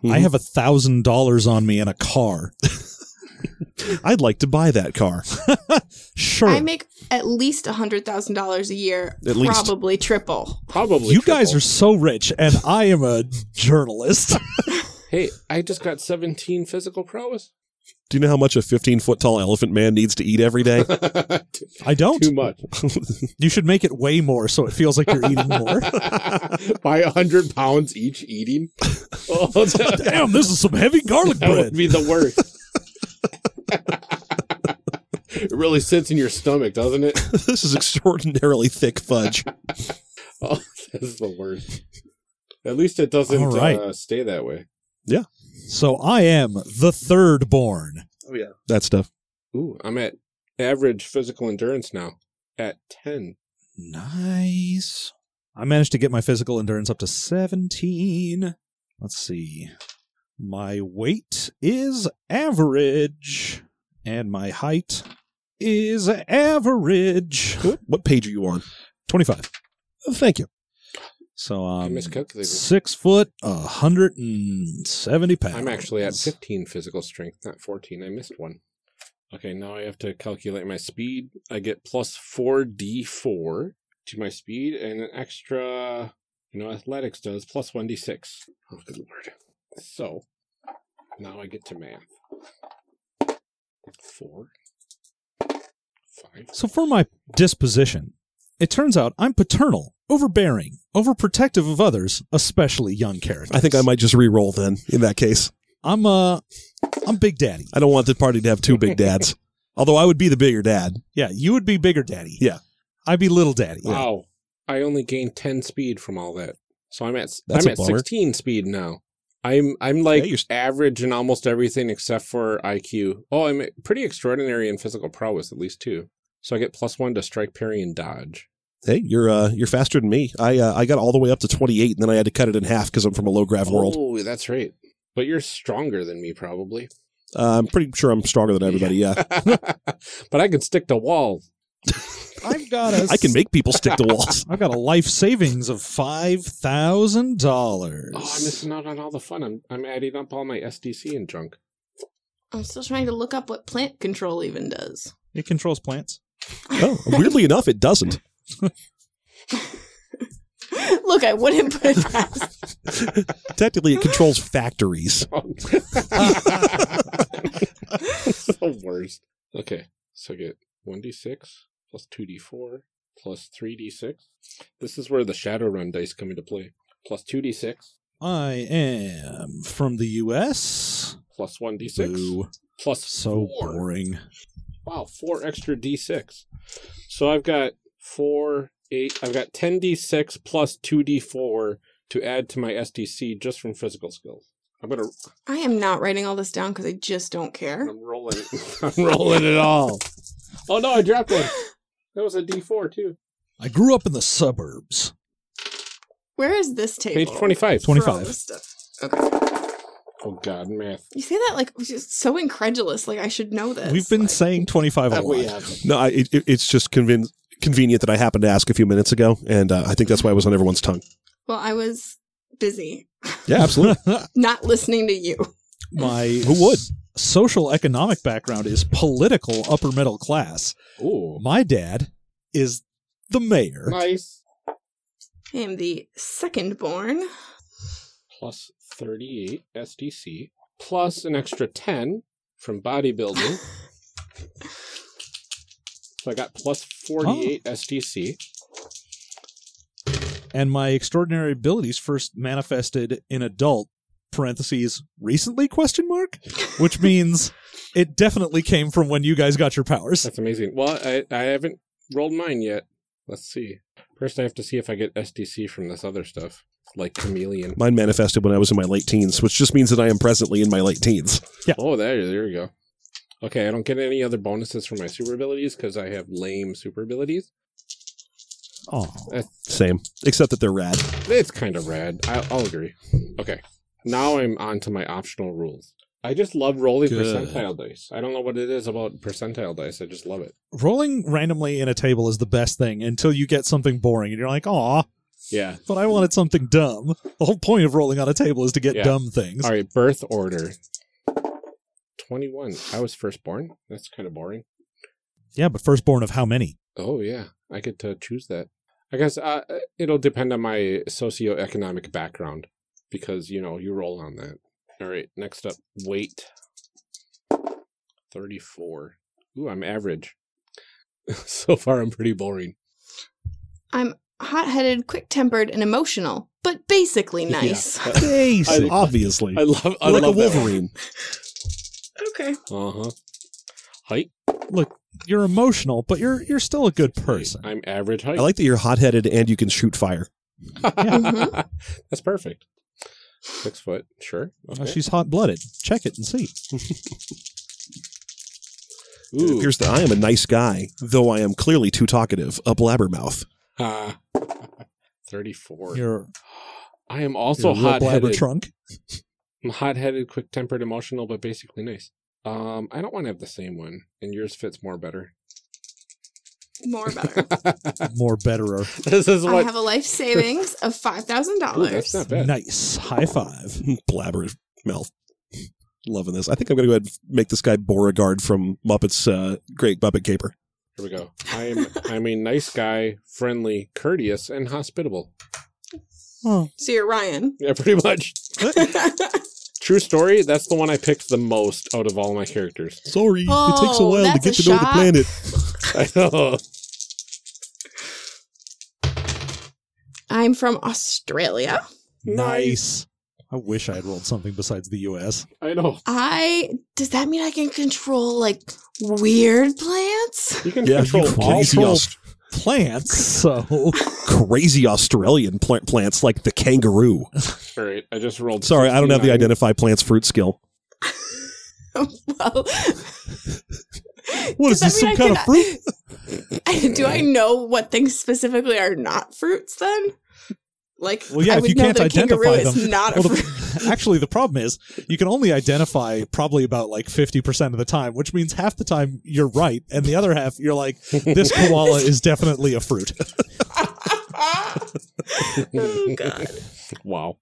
Mhm.
I have a thousand dollars on me in a car.
I'd like to buy that car.
Sure.
I make at least a $100,000 a year.
Hmm. At least.
Probably triple.
Probably.
you guys
triple.
are so rich and I am a journalist.
Hey, I just got 17 physical prowess.
Do you know how much a fifteen foot tall elephant man needs to eat every day?
Too
I don't.
much.
You should make it way more so it feels like you're eating more.
By 100 pounds each eating. Oh, that,
Damn, this is some heavy garlic
that would
bread.
be the worst. it really sits in your stomach, doesn't it?
this is extraordinarily thick fudge.
Oh, that's the worst. At least it doesn't
All right.
uh, stay that way.
So I am the third born.
Oh, yeah.
That stuff.
Ooh, I'm at average physical endurance now at 10.
Nice. I managed to get my physical endurance up to 17. Let's see. My weight is average, and my height is average.
What, what page are you on?
25.
Oh, thank you.
So
I
um,
miscalculated.
six foot, a 170 pounds.
I'm actually at 15 physical strength, not 14. I missed one. Okay, now I have to calculate my speed. I get plus 4d4 to my speed and an extra, you know, athletics does plus 1d6. Oh, good lord. So now I get to math. Four, five,
So for my disposition, it turns out I'm paternal, overbearing, overprotective of others, especially young characters.
I think I might just re-roll then. In that case,
I'm uh, I'm Big Daddy.
I don't want the party to have two big dads. Although I would be the bigger dad.
Yeah, you would be bigger daddy.
Yeah.
I'd be little daddy.
Wow. I only gained 10 speed from all that. So I'm at
That's
I'm
a
at
bummer.
16 speed now. I'm I'm like
Yeah, you're s-
average in almost everything except for IQ. Oh, I'm pretty extraordinary in physical prowess at least too. So I get plus 1 to strike, parry and dodge.
Hey, you're uh, you're faster than me. I uh, I got all the way up to 28, and then I had to cut it in half because I'm from a low grav world.
Oh, that's right. But you're stronger than me probably.
Uh, I'm pretty sure I'm stronger than everybody. Yeah,
but I can stick to walls.
I've got a
I can make people stick to walls.
I've got a life savings of five thousand dollars.
Oh, I'm missing out on all the fun. I'm I'm adding up all my SDC and junk.
I'm still trying to look up what plant control even does.
It controls plants.
Oh, weirdly enough, it doesn't.
look, I wouldn't put it past.
Technically, it controls factories.
the worst. Okay, so I get 1d6 plus 2d4 plus 3d6. This is where the Shadowrun dice come into play. Plus 2d6
I am from the U.S.
plus 1d6
Boo.
plus
So
4.
boring.
Wow, 4 extra d6. So I've got 4, 8, I've got 10d6 plus 2d4 to add to my SDC just from physical skills. I'm gonna.
I am not writing all this down because I just don't care.
I'm rolling. I'm rolling it all. Oh no! I dropped one. That was a D4 too.
I grew up in the suburbs.
Where is this table?
Page 25.
for all
25.
this stuff? Okay.
Oh, God, math.
You say that like just so incredulous. Like I should know this.
We've been
Like,
saying twenty-five a
That we
lot.
have.
No, I, it, it- it's just conven- convenient that I happened to ask a few minutes ago, and uh, I think that's why I was on everyone's tongue.
Well, I was busy
Yeah, absolutely.
not listening to you.
My
Who would?
s- social economic background is political upper middle class.
Ooh.
My dad is the mayor.
Nice.
I am the second born.
Plus 38 SDC. Plus an extra 10 from bodybuilding. so I got plus 48 SDC.
and my extraordinary abilities first manifested in adult parentheses recently question mark which means it definitely came from when you guys got your powers
That's amazing. Well, I, I haven't rolled mine yet. Let's see. First, I have to see if I get SDC from this other stuff, like chameleon.
Mine manifested when I was in my late teens, which just means that I am presently in my late teens.
Oh, there, there you go. Okay, I don't get any other bonuses for my super abilities because I have lame super abilities.
oh
Same, except that they're rad.
It's kind of rad. I, I'll agree. Okay, now I'm on to my optional rules. I just love rolling
Good.
percentile dice. I don't know what it is about percentile dice. I just love it.
rolling randomly in a table is the best thing until you get something boring and you're like aw
Yeah.
but i wanted something dumb the whole point of rolling on a table is to get
Yeah.
dumb things
All right, birth order. 21. I was firstborn. That's kind of boring.
yeah but firstborn of how many
Oh, yeah. I get to choose that. I guess uh, it'll depend on my socioeconomic background because, you know, you roll on that. All right, next up, weight. 34. Ooh, I'm average. so far, I'm pretty boring.
I'm hot headed, quick tempered, and emotional, but basically nice.
Yeah.
Ace,
I-
obviously.
I love I
like
love
a Wolverine.
Okay.
Uh huh. Height.
you're emotional but you're you're still a good person
I'm average height.
I like that you're hot headed and you can shoot fire.
Mhm.
That's perfect. Six foot. Sure.
Oh,
Okay.
she's hot-blooded check it and see
It
Ooh.
appears that I am a nice guy, though I am clearly too talkative, a blabbermouth.
Thirty-four.
Your,
I am
your
also
real blabber
hot-headed.
trunk.
I'm hot-headed, quick-tempered, emotional, but basically nice. Um, I don't want to have the same one, and yours fits more better.
More better.
More betterer.
this is
I
what.
have a life savings of five thousand
Ooh, that's
dollars.
not bad.
Nice. High five.
Blabber mouth. Loving this. I think I'm going to go ahead and make this guy Beauregard from Muppets uh, Great Muppet Caper.
Here we go. I am. I'm a nice guy, friendly, courteous, and hospitable.
So you're Ryan.
Yeah, pretty much.
it
True story. That's the one I picked the most out of all my characters.
Sorry, it takes a while to get to know the planet.
I know.
I'm from Australia.
Nice. I wish I had rolled something besides the US.
I know.
I does that mean I can control like weird plants?
You can
Yeah,
control
you
all
crazy,
twelve
Aust-
Plants. So
crazy Australian plant plants like the kangaroo.
All right, I just rolled.
Sorry, I don't have the
69.
identify plants fruit skill.
well,
what
Does
is this? Some
that
kind
mean
of fruit?
I- do I know what things specifically are not fruits then? Like,
Well, yeah,
I
if
would
you
know
can't
that a
identify
kangaroo is
them-
not
Well,
a fruit.
the, actually, the problem is you can only identify probably about like 50% of the time, which means half the time you're right, and the other half you're like, this koala is definitely a fruit.
oh god,
Wow.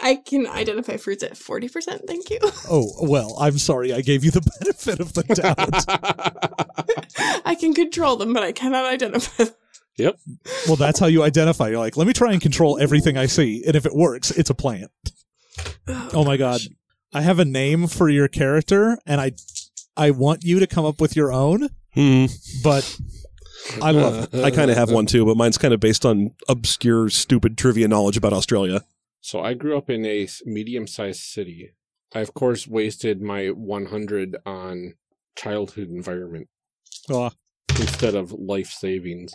I can identify fruits at forty percent. Thank you.
Oh, well, I'm sorry I gave you the benefit of the doubt.
I can control them, but I cannot identify them.
well, that's how you identify. You're like, let me try and control everything I see, and if it works, it's a plant. Oh my god. I have a name for your character, and I I want you to come up with your own,
Hmm.
but I love it.
Uh,
I kind of have one too, but mine's kind of based on obscure, stupid trivia knowledge about Australia.
So I grew up in a medium-sized city. I of course wasted my 100 on childhood environment
Oh,
instead of life savings.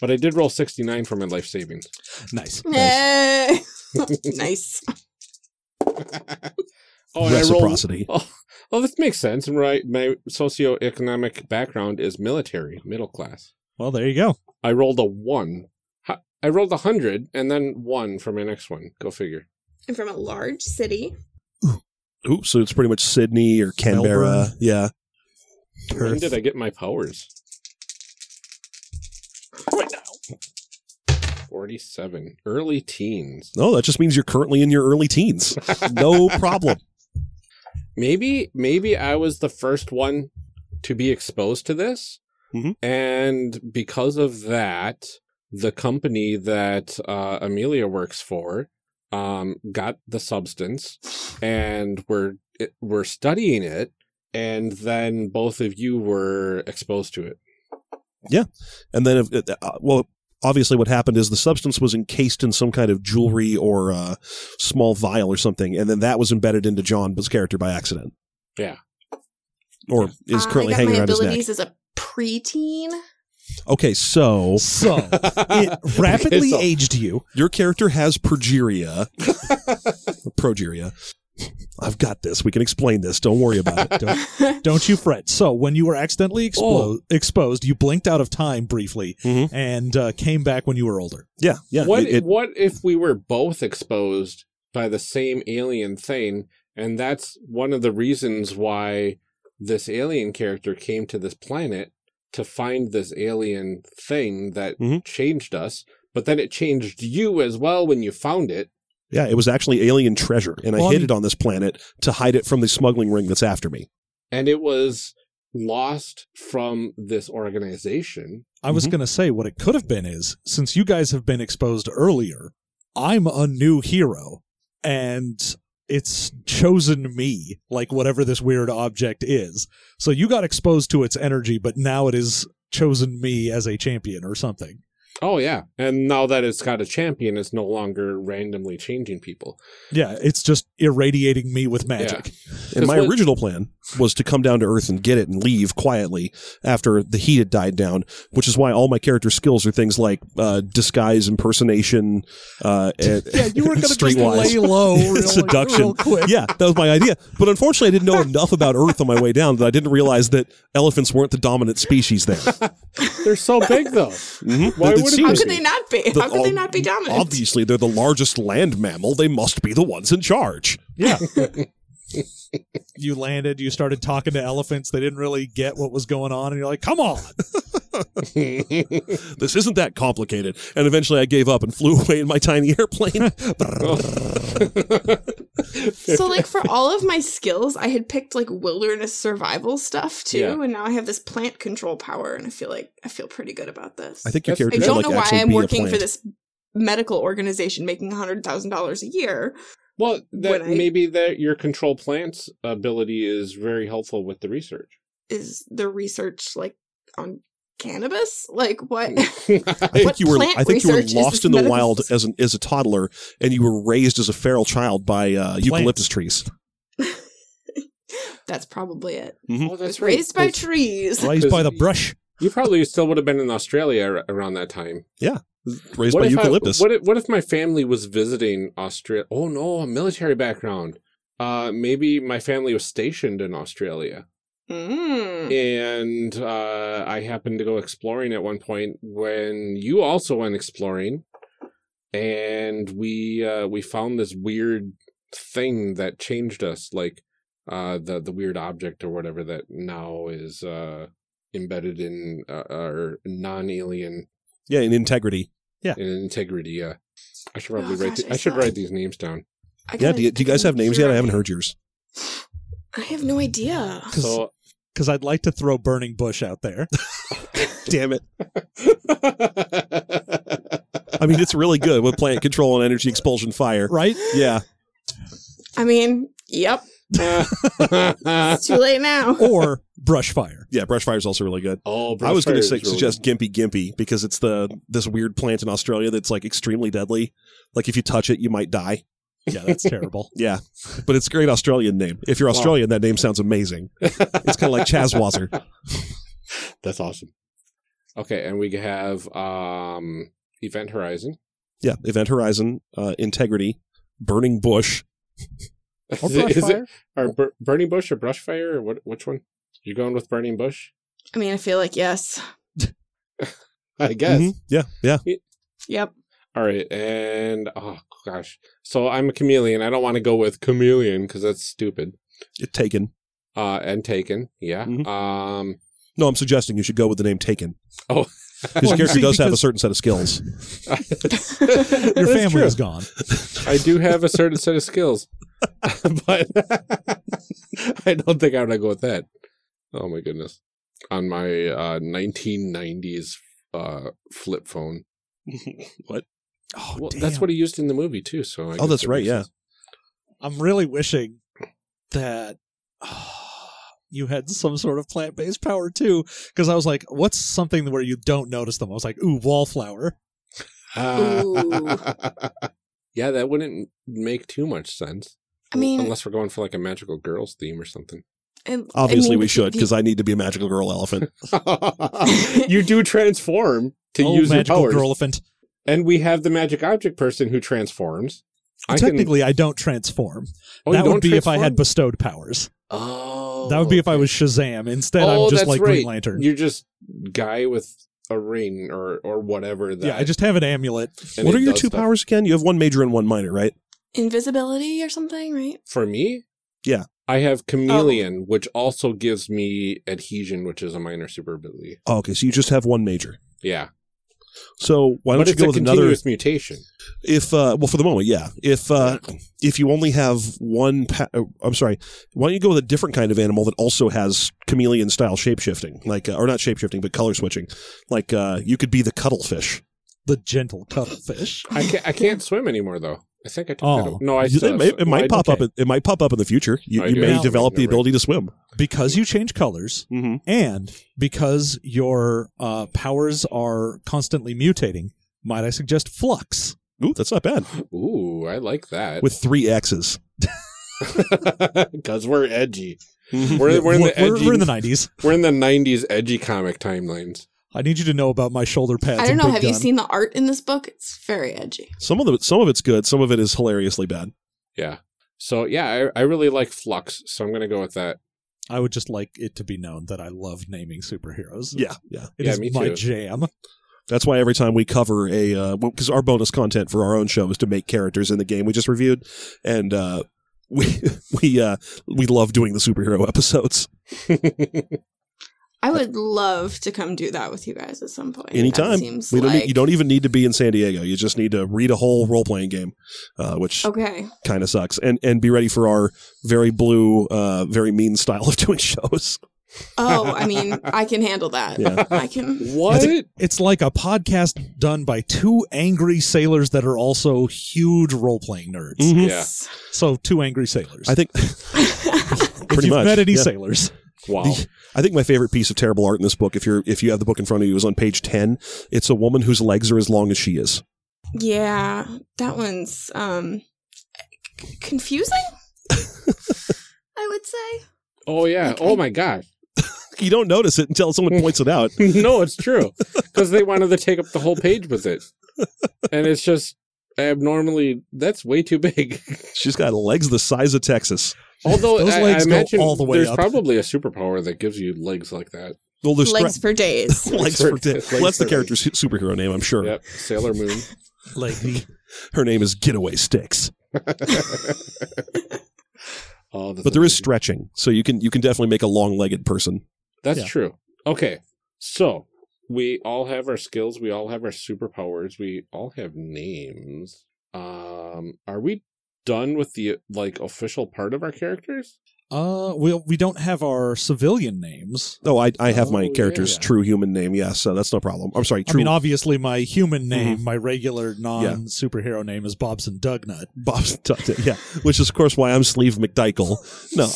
But I did roll 69 for my life savings.
nice.
Yay! nice.
Oh, and I rolled.
Reciprocity.
Oh, this makes sense. Right, my socioeconomic background is military, middle class.
Well, there you go.
I rolled a one. Ha- I rolled a hundred and then one for my next one. Go figure.
I'm from a large city.
Ooh, so it's pretty much Sydney or Canberra.
Melbourne.
Yeah.
When
Perth.
did I get my powers? Right now. 47. Early teens.
No, that just means you're currently in your early teens. No problem.
Maybe maybe I was the first one to be exposed to this.
Mm-hmm.
Mhm.
And because of that, the company that uh, Amelia works for um, got the substance and we're, it, we're studying it. And then both of you were exposed to it.
And then, if, uh, well, obviously, what happened is the substance was encased in some kind of jewelry or uh, small vial or something, and then that was embedded into John's character by accident.
Yeah.
Or is currently
Uh, I got
hanging
my
around his neck.
abilities as a preteen.
Okay, so
So it rapidly
Okay, so-
aged you.
your character has progeria. progeria. I've got this. We can explain this. Don't worry about it.
Don't, don't you fret. So when you were accidentally expo- exposed, you blinked out of time briefly
Mhm.
and uh, came back when you were older.
Yeah, yeah.
what
it- it-
what if we were both exposed by the same alien thing and that's one of the reasons why this alien character came to this planet to find this alien thing that
Mhm.
changed us but then it changed you as well when you found it
yeah, it was actually alien treasure, and I
Well, I
hid
mean-
it on this planet to hide it from the smuggling ring that's after me.
and it was lost from this organization
I was
Mhm.
going to say what it could have been is since you guys have been exposed earlier, I'm a new hero and it's chosen me, like whatever this weird object is. So you got exposed to its energy, but now it is chosen me as a champion or something.
Oh yeah, and now that it's got a champion, it's no longer randomly changing people.
Yeah, it's just irradiating me with magic.
'Cause
And my
what-
original plan was to come down to Earth and get it and leave quietly after the heat had died down, which is why all my character skills are things like uh, disguise, impersonation, uh, and,
Yeah, you were going to just
streetwise.
lay low, real,
Seduction.
real quick.
yeah, that was my idea. But unfortunately, I didn't know enough about Earth on my way down that I didn't realize that elephants weren't the dominant species there.
They're so big though. Why
It
would it
seems-
How
be?
could they not be?
The-
How could they
ob-
not be dominant?
Obviously, they're the largest land mammal. They must be the ones in charge.
Yeah. you landed, you started talking to elephants. They didn't really get what was going on. And you're like, come on.
This isn't that complicated. And eventually, I gave up and flew away in my tiny airplane.
So like for all of my skills, I had picked like wilderness survival stuff too,
Yeah.
and now I have this plant control power, and I feel like I feel pretty good about this.
I think your
That's- I
I
character
don't
should,
know
like,
why
actually
I'm
be a
working for
plant.
this medical organization making hundred thousand dollars a year.
well, that
When I-
maybe that your control plants ability is very helpful with the research.
Is the research like on cannabis? Like what?
Mm. I
What
think you were.
plant
I think you were
research is
lost
this
in the
medical
wild
s-
as an as a toddler, and you were raised as a feral child by uh, eucalyptus trees.
That's probably it.
oh,
I was
that's
raised by
right.
trees.
Raised by the brush.
You probably still would have been in Australia ar- around that time.
Raised by
if I-
eucalyptus.
what, if, what if my family was visiting Australia? Oh no, a military background. Uh, maybe my family was stationed in Australia,
Mm.
and uh, I happened to go exploring at one point when you also went exploring, and we uh, we found this weird thing that changed us, like uh, the the weird object or whatever that now is uh, embedded in uh, our non alien
yeah, in integrity.
and integrity. Yeah, I should probably
Oh,
write.
gosh,
th- I,
I
should
saw-
write these names down.
I
Yeah.
gotta-
Do you, do you guys have names yet? I haven't heard yours.
I have no idea.
Because
So,
I'd like to throw Burning Bush out there.
Damn it! I mean, it's really good with plant control and energy expulsion fire.
Right?
Yeah.
I mean, yep. It's too late now.
Or brush fire.
Yeah. Brush fire is also really good.
oh,
I was going to
Bruce Ferris
say,
really-
suggest Gimpy Gimpy because it's the this weird plant in Australia that's like extremely deadly. Like if you touch it, you might die.
Yeah, that's terrible.
Yeah, but it's a great Australian name. If you're
Wow.
Australian, that name sounds amazing. It's kind of like Chazwazzer.
That's awesome. Okay, and we have um Event Horizon.
Yeah, Event Horizon, uh, Integrity, Burning Bush.
Or
Is it-
brush
is it-
fire.
or Bur- Burning Bush or Brush Fire or what? Which one? You're going with Burning Bush?
I mean, I feel like yes.
I
Mm-hmm.
guess.
Mhm. Yeah, yeah.
Yep.
All right, and oh gosh, so I'm a chameleon. I don't want to go with chameleon because that's stupid.
It, taken.
Uh, and Taken, yeah.
Mm-hmm.
Mhm.
Um,
No, I'm suggesting you should go with the name Taken.
Oh.
his
Well, you
character
see,
does have a
because-
certain set of skills.
Your
That's
family
true.
is gone.
I do have a certain set of skills, but I don't think I'm gonna go with that. Oh my goodness! On my uh, 1990s uh, flip phone.
What?
Oh,
Well,
damn. Oh,
that's what he used in the movie too. So I guess
that's
that
right,
makes
yeah.
sense.
I'm really wishing that you had some sort of plant based power too. Because I was like, what's something where you don't notice them? I was like, ooh, wallflower.
Ah. yeah, that wouldn't make too much sense.
I mean,
unless we're going for like a magical girls theme or something.
and- I
Obviously,
mean,
we
the-
should
the-
because I need to be a magical girl elephant.
you do transform to
oh,
use your
magical
powers,
girlfriend.
and we have the magic object person who transforms. I can-
Technically, I don't transform.
Oh, you
that
don't
would be if I
transform?
had bestowed powers.
Oh,
that would be if I was Shazam. Instead,
Oh,
I'm just
that's
like
right.
Green Lantern.
You're just guy with a ring or or whatever. That,
yeah, I just have an amulet.
and
what
it
are your
does
two
stuff.
powers again? You have one major and one minor, right?
invisibility or something, right?
for me?
Yeah.
I have chameleon, which also gives me adhesion, which is a minor super ability.
Oh, okay, so you just have one major.
Yeah,
So why don't
but
you
it's a
go with another?
continuous mutation.
If uh, well, for the moment, yeah. If uh, if you only have one, pa- oh, I'm sorry. Why don't you go with a different kind of animal that also has chameleon style shapeshifting, like uh, or not shapeshifting, but color switching. Like uh, you could be the cuttlefish.
The gentle cuttlefish.
I can't, I can't swim anymore though. I think I took
Oh.
that. Over. No, I
it,
still
may- it might pop up.
okay.
in- It might pop up in the future. You,
I
you
do.
may
Now-
develop the ability to swim.
because you change colors
Mm-hmm.
and because your uh, powers are constantly mutating. Might I suggest flux?
Ooh, that's not bad.
Ooh, I like that.
With three X's.
Because we're edgy. We're, we're in the edgy.
we're in the 90s.
we're in the 90s edgy comic timelines.
I need you to know about my shoulder pads.
I don't
and
know.
big
Have you
gun.
seen the art in this book? It's very edgy.
Some of the some of it's good. Some of it is hilariously bad.
Yeah. So yeah, I, I really like Flux, so I'm gonna go with that.
I would just like it to be known that I love naming superheroes.
Yeah, yeah.
It
Yeah,
is
me
my
too.
jam.
That's why every time we cover a because our bonus content for our own show is to make characters in the game we just reviewed, and uh, we we uh, we love doing the superhero episodes.
I would love to come do that with you guys at some point.
Anytime.
That seems
We don't
like
need, you don't e- even need to be in San Diego. You just need to read a whole role playing game, uh, which
Oh.
Okay.
kind of sucks, and and be ready for our very blue, uh, very mean style of doing shows.
Oh, I mean, I can handle that.
Yeah.
I can.
What?
It's like a podcast done by two angry sailors that are also huge role playing nerds.
Mhm.
Yeah.
So, two angry sailors.
I think
if
pretty
you've
much.
met any
yeah.
sailors,
Wow.
I think my favorite piece of terrible art in this book, if you're if you have the book in front of you, is on page ten. It's a woman whose legs are as long as she is.
yeah, that one's um c- confusing. I would say.
Oh yeah.
Okay.
Oh my god.
You don't notice it until someone points it out.
no, it's true. Because they wanted to take up the whole page with it, and it's just abnormally. That's way too big.
She's got legs the size of Texas.
Although
Those
I,
legs
I
go
imagine
all the way
there's
up.
probably a superpower that gives you legs like that.
Well, there's
Legs for days.
legs for
Legs
well, that's the
for
character's su- superhero name, I'm sure.
Yep. Sailor Moon.
lady.
Her name is Getaway Sticks,
Oh, that's
but there is
amazing.
stretching, so you can you can definitely make a long-legged person.
That's
Yeah.
true. Okay. So we all have our skills, we all have our superpowers, we all have names. Um are we done with the like official part of our characters?
Uh, we we don't have our civilian names.
Oh, I I have my
Oh,
character's
yeah.
true human name. Yeah, so that's no problem. I'm sorry,
I
true
mean, obviously, my human name,
Mm-hmm.
my regular non superhero name is Bobson Dugnut.
Bob's Tucked in, yeah. Which is, of course, why I'm Sleeve McDykel. No,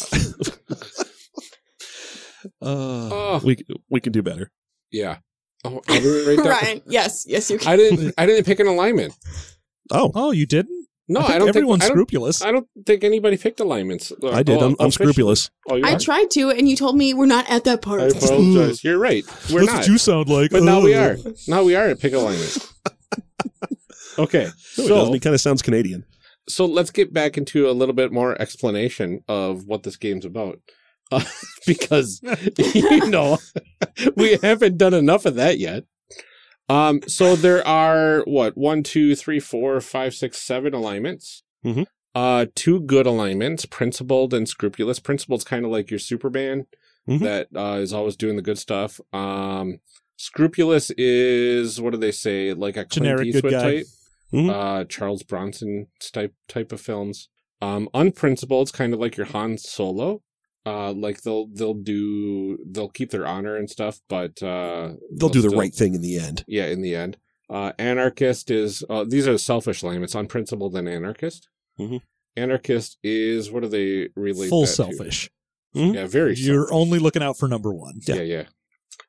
Uh,
Oh
we we can do better.
yeah. Oh I didn't write that.
Ryan, yes, yes, you can.
I didn't I didn't pick an alignment.
Oh,
oh, you didn't?
No, I,
think
don't think
Everyone's
I don't,
scrupulous.
I don't think anybody picked alignments. Uh,
I did.
oh,
I'm, I'm
officially.
scrupulous.
Oh, you
I
are?
tried to, and you told me we're not at that part.
I apologize. You're right. We're
That's
not.
what you sound like.
But now we
Ugh.
are. Now we are at pick alignment. okay.
No, it
So-
doesn't. He kind of sounds Canadian.
so let's get back into a little bit more explanation of what this game's about uh, because you know we haven't done enough of that yet um so there are what one two three four five six seven alignments
Mm-hmm.
Mhm.
uh two good alignments principled and scrupulous principled's kind of like your superman
Mhm.
Mm-hmm.
that uh, is always doing the good stuff um scrupulous is what do they say like a Clint
Generic good
Eastwood
guy. Mm-hmm.
type
Mhm.
uh, Charles Bronson type type of films. Um, unprincipled, it's kind of like your Han Solo. Uh, like they'll they'll do they'll keep their honor and stuff, but uh,
They'll do the
still-
right thing in the end.
yeah, in the end, uh, anarchist is uh, these are the selfish lame. It's unprincipled and anarchist.
Mhm.
Anarchist is what do they relate?
Full
that to?
selfish.
Yeah, very.
You're
selfish.
only looking out for number one.
yeah. yeah,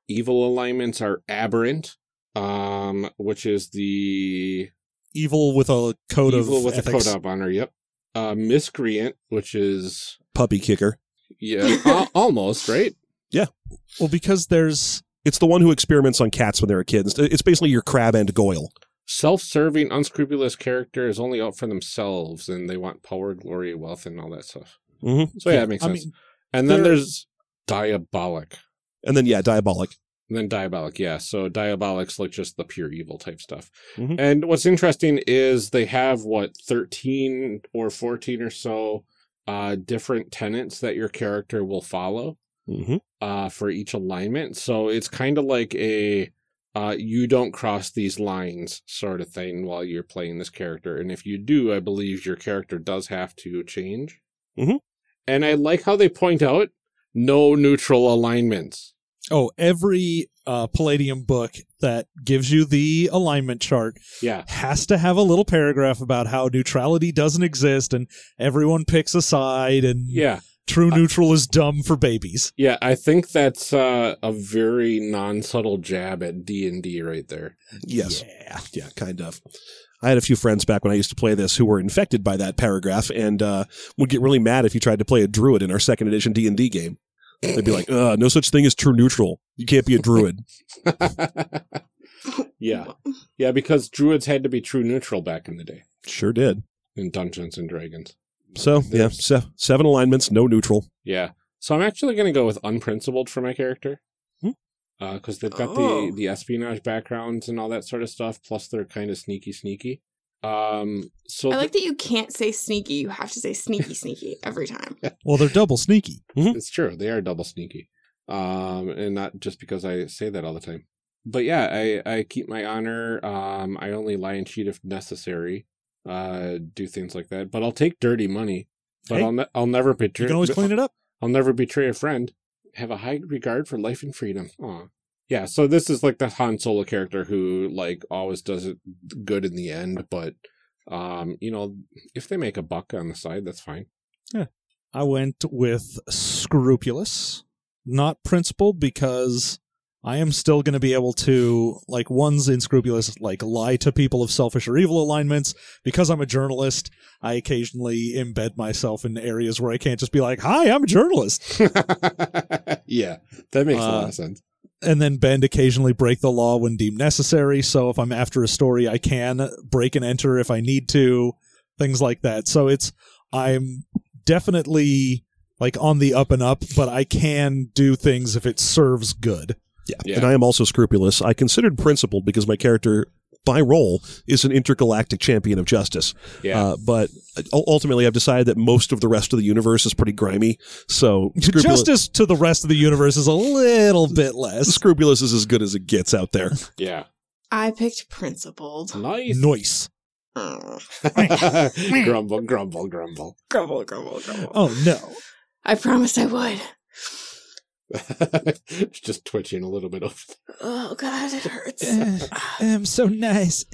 Evil alignments are aberrant, um, which is the
Evil with a code
evil
of
with
ethics.
a code of honor. Yep. Uh, miscreant, which is
Puppy kicker.
yeah, al- almost right.
Well, because there's
It's the one who experiments on cats when they're a kid. It's- It's basically your crab and goyle.
Self-serving, unscrupulous character is only out for themselves, and they want power, glory, wealth, and all that stuff.
Mm-hmm.
So Oh, yeah, it makes
I
sense.
mean,
and then
there-
there's diabolic.
And then yeah, diabolic.
And then diabolic, yeah. So diabolic's like just the pure evil type stuff.
Mm-hmm.
Mhm.
And what's interesting is they have what thirteen or fourteen or so uh, different tenets that your character will follow.
Mm-hmm.
uh, for each alignment. So it's kind of like a uh, you don't cross these lines sort of thing while you're playing this character. And if you do, I believe your character does have to change.
Mhm.
And I like how they point out no neutral alignments.
Oh, every uh, Palladium book that gives you the alignment chart
Yeah.
has to have a little paragraph about how neutrality doesn't exist and everyone picks a side and
Yeah.
true neutral is dumb for babies.
Yeah. I think that's uh, a very non subtle jab at D and D right there.
Yes.
Yeah.
yeah, kind of. I had a few friends back when I used to play this who were infected by that paragraph and uh, would get really mad if you tried to play a druid in our second edition D and D game. They'd be like, "Uh, no such thing as true neutral. You can't be a druid."
yeah. Yeah, because druids had to be true neutral back in the day
sure did.
in Dungeons and Dragons.
So yeah, se- seven alignments, no neutral.
Yeah. So I'm actually going to go with unprincipled for my character.
Hmm.
Because they've got
Oh.
the, the espionage backgrounds and all that sort of stuff, plus they're kind of sneaky, sneaky. Um, so
I like that you can't say sneaky. You have to say sneaky, sneaky every time.
Well, they're double sneaky.
It's true. They are double sneaky. Um, and not just because I say that all the time. But yeah, I, I keep my honor. Um, I only lie and cheat if necessary. Uh, do things like that. But I'll take dirty money. But
Hey,
I'll ne- I'll never
You
betray.
can always clean it up.
I'll never betray a friend. Have a high regard for life and freedom. Aw. Yeah. So this is like the Han Solo character who like always does it good in the end. But um, you know, if they make a buck on the side, that's fine.
I went with scrupulous, not principled, because I am still going to be able to, like, one's inscrupulous, like, lie to people of selfish or evil alignments. Because I'm a journalist, I occasionally embed myself in areas where I can't just be like, hi, I'm a journalist.
yeah, that makes a lot
Uh,
of sense.
And then bend occasionally break the law when deemed necessary. So if I'm after a story, I can break and enter if I need to, things like that. So it's, I'm definitely like on the up and up, but I can do things if it serves good.
Yeah.
Yeah.
and I am also scrupulous. I considered principled because my character, by role, is an intergalactic champion of justice.
Yeah,
Uh, but u- ultimately, I've decided that most of the rest of the universe is pretty grimy. So scrupulous,
Justice to the rest of the universe is a little bit less.
scrupulous is as good as it gets out there.
yeah,
I picked principled.
nice.
Noise.
Ugh.
grumble, grumble, grumble.
grumble, grumble, grumble.
Oh no.
I promised I would.
it's just twitching a little bit over.
Oh god, it hurts.
Uh, I'm so nice.